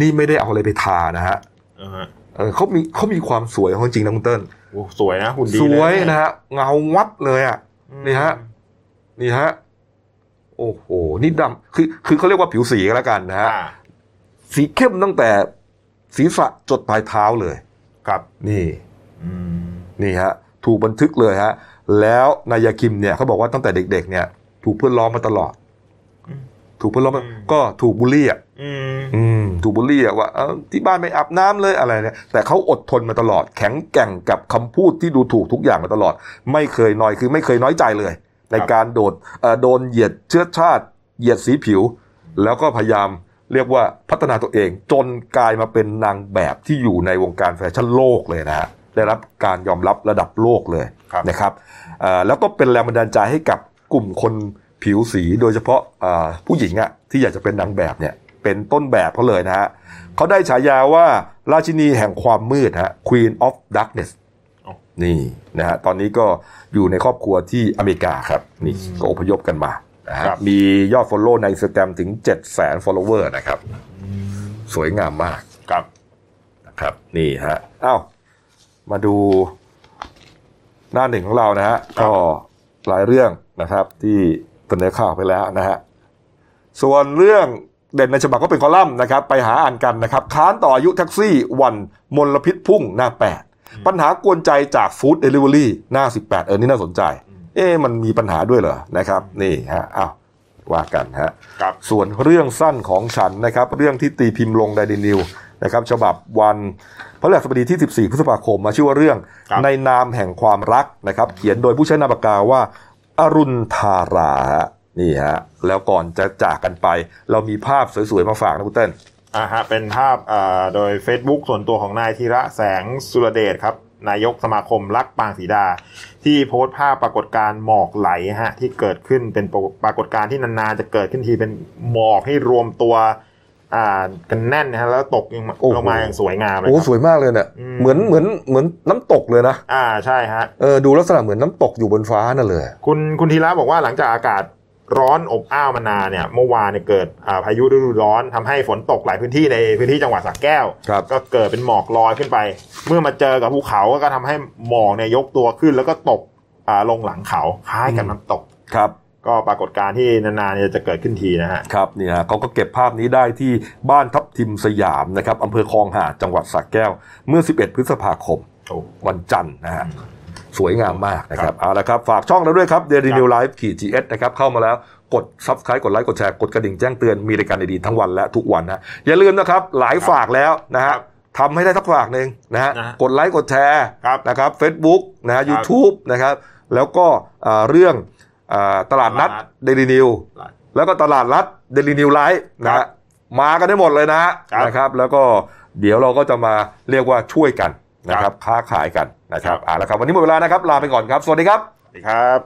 Speaker 1: นี่ไม่ได้เอาอะไรไปทานะฮะ
Speaker 9: อ่าฮะ
Speaker 1: เออเขามีเขามีความสวยของจริงนะคุณเติ้ล
Speaker 9: โอ้สวยนะหุ่นดี
Speaker 1: สวย
Speaker 9: เล
Speaker 1: นะฮะเงาวับเลยอ่ะ
Speaker 9: อืม
Speaker 1: นี่ฮะ นี่ฮะ โอ้โห นี่ดำ คือ คือเขาเรียกว่าผิวสีก็แล้วกันนะฮะ
Speaker 9: อ่า
Speaker 1: สีเข้มตั้งแต่ศีรษะจดปลายเท้าเลย
Speaker 9: ครับ
Speaker 1: นี่
Speaker 9: อืม
Speaker 1: นี่ฮะ ถูกบันทึกเลยฮะ แล้วนายาคิมเนี่ยเขาบอกว่าตั้งแต่เด็ก ๆ เนี่ย ถูกเพื่อนล้อมมาตลอด ถูกเพื่อนล้อมมาก็ถูกบูลลี่อ่ะ
Speaker 9: อืม
Speaker 1: อืมถูกบูลลี่อะว่าเอ้าที่บ้านไม่อาบน้ำเลยอะไรเนี่ยแต่เขาอดทนมาตลอด แข็งแกร่งกับคำพูดที่ดูถูกทุกอย่างมาตลอด ไม่เคยน้อยคือไม่เคยน้อยใจเลย ในการโดดเอ่อโดนเหยียดเชื้อชาติ เหยียดสีผิว แล้วก็พยายามเรียกว่าพัฒนาตัวเอง จนกลายมาเป็นนางแบบที่อยู่ในวงการแฟชั่นโลกเลยนะฮะได้รับการยอมรับระดับโลกเลยนะครับเอ่อแล้วก็เป็นแรงบันดาลใจให้กับกลุ่มคนผิวสีโดยเฉพาะเอ่อผู้หญิงอะที่อยากจะเป็นนางแบบเนี่ย เป็นต้นแบบเขาเลยนะฮะเขาได้ฉายาว่าราชินีแห่งความมืดฮะ Queen of Darkness นี่นะฮะตอนนี้ก็อยู่ในครอบครัวที่อเมริกาครับ นี่ก็อพยพกันมานะฮะมียอด follow ใน Instagram ถึง 7 0 0 0 0 follower นะครับ สวยงามมาก
Speaker 9: ครับ
Speaker 1: นะครับ นี่ฮะเอ้ามาดูหน้าหนึ่งของเรานะฮะ ก็หลายเรื่องนะครับที่เสนอข่าวไปแล้วนะฮะ ส่วนเรื่องเด่นในฉบับก็เป็นคอลัมน์นะครับ ไปหาอ่านกันนะครับ ค้านต่ออายุแท็กซี่วันมลพิษพุ่งหน้า 8 ปัญหากวนใจจากฟู้ดเดลิเวอรี่หน้า 18 เออ นี่น่าสนใจ เอ๊ะมันมีปัญหาด้วยเหรอนะครับ นี่ฮะอ้าวว่ากันฮะ
Speaker 9: ครับ
Speaker 1: ส่วนเรื่องสั้นของฉันนะครับ เรื่องที่ตีพิมพ์ลงไดนินิวนะครับ ฉบับวันพฤหัสบดีที่ 14 พฤษภาคมมาชื่อว่าเรื่อง
Speaker 9: ครับ
Speaker 1: ในนามแห่งความรักนะครับ เขียนโดยผู้ใช้นามปากกาว่า อรุณธาราฮะนี่ฮะแล้วก่อนจะจากกันไป เรามีภาพสวยๆมาฝากนะคุณเต้น
Speaker 9: อ่าฮะเป็นภาพอ่าโดย Facebook ส่วนตัวของนายธีระแสงสุรเดชครับ นายกสมาคมรักปางสีดา ที่โพสต์ภาพปรากฏการณ์หมอกไหลฮะที่เกิดขึ้นเป็นปรปรากฏการณ์ที่นานๆจะเกิดขึ้นทีเป็นหมอกให้รวมตัวอ่ากันแน่นนะฮะแล้วตกลงมา
Speaker 1: โอ้โห
Speaker 9: ลงมาอย่างสวยงามเลย
Speaker 1: โอ้
Speaker 9: ค
Speaker 1: ส
Speaker 9: รับ
Speaker 1: วยมากเลยเนี่ย
Speaker 9: อืม
Speaker 1: เหมือนเหมือนเหมือนน้ำตกเลยนะ
Speaker 9: อ่าใช่ฮะ
Speaker 1: เออดูลักษณะเหมือนน้ำตกอยู่บนฟ้านั่นเลย
Speaker 9: คุณคุณธีระบอกว่าหลังจากอากาศร้อนอบอ้าวมานานเนี่ยเมื่อวานเนี่ยเกิดอ่าพายุฤดูร้อนทำให้ฝนตกหลายพื้นที่ในพื้นที่จังหวัดสระแก้ว
Speaker 1: ครับ
Speaker 9: ก็เกิดเป็นหมอกลอยขึ้นไป เมื่อมาเจอกับภูเขาก็ทำให้หมอกเนี่ยยกตัวขึ้น แล้วก็ตกอ่าลงหลังเขาคล้ายกับน้ำตก
Speaker 1: ครับ
Speaker 9: ก็ปรากฏการณ์ที่นานๆเนี่ยจะเกิดขึ้นทีนะฮะ
Speaker 1: ครับนี่ฮะเขาก็เก็บภาพนี้ได้ที่บ้านทับทิมสยามนะครับอำเภอคลองหาดจังหวัดสระแก้วเมื่อ 11 พฤษภาคม วันจันทร์นะฮะสวยงามมากนะครับ เอาละครับ ฝากช่องเราด้วยครับเด i ินิวไลฟ์ขีดจีเอสนะครับ เข้ามาแล้วกดซับสไครต์กดไลค์กดแชร์ กดกระดิ่งแจ้งเตือนมีรายการดีๆทั้งวันและทุกวันนะ อย่าลืมนะครับ หลายฝากแล้วนะฮะทำให้ได้สักฝากหนึ่งนะฮะ
Speaker 9: นะฮะ
Speaker 1: กดไลค์กดแชร์
Speaker 9: ครับ
Speaker 1: นะครับ Facebook นะฮะ YouTube นะครับ แล้วก็เอ่อเรื่องเอ่อตลาดนัด
Speaker 9: ตลาดนัด
Speaker 1: เดลินิว แล้วก็ตลาดรัฐเดลินิวไลฟ์นะ
Speaker 9: ครั
Speaker 1: ฮะ
Speaker 9: บ
Speaker 1: มากันได้หมดเลยนะฮะ
Speaker 9: ครับ
Speaker 1: นะครับ แล้วก็เดี๋ยวเราก็จะมาเรียกว่าช่วยกันนะค
Speaker 9: ครั
Speaker 1: รับบ ค้าขายกันนะครับ
Speaker 9: ครับ
Speaker 1: เอาละครับ วันนี้หมดเวลานะครับ ลาไปก่อนครับ สวัสดีครับ
Speaker 9: สวัสดีครับ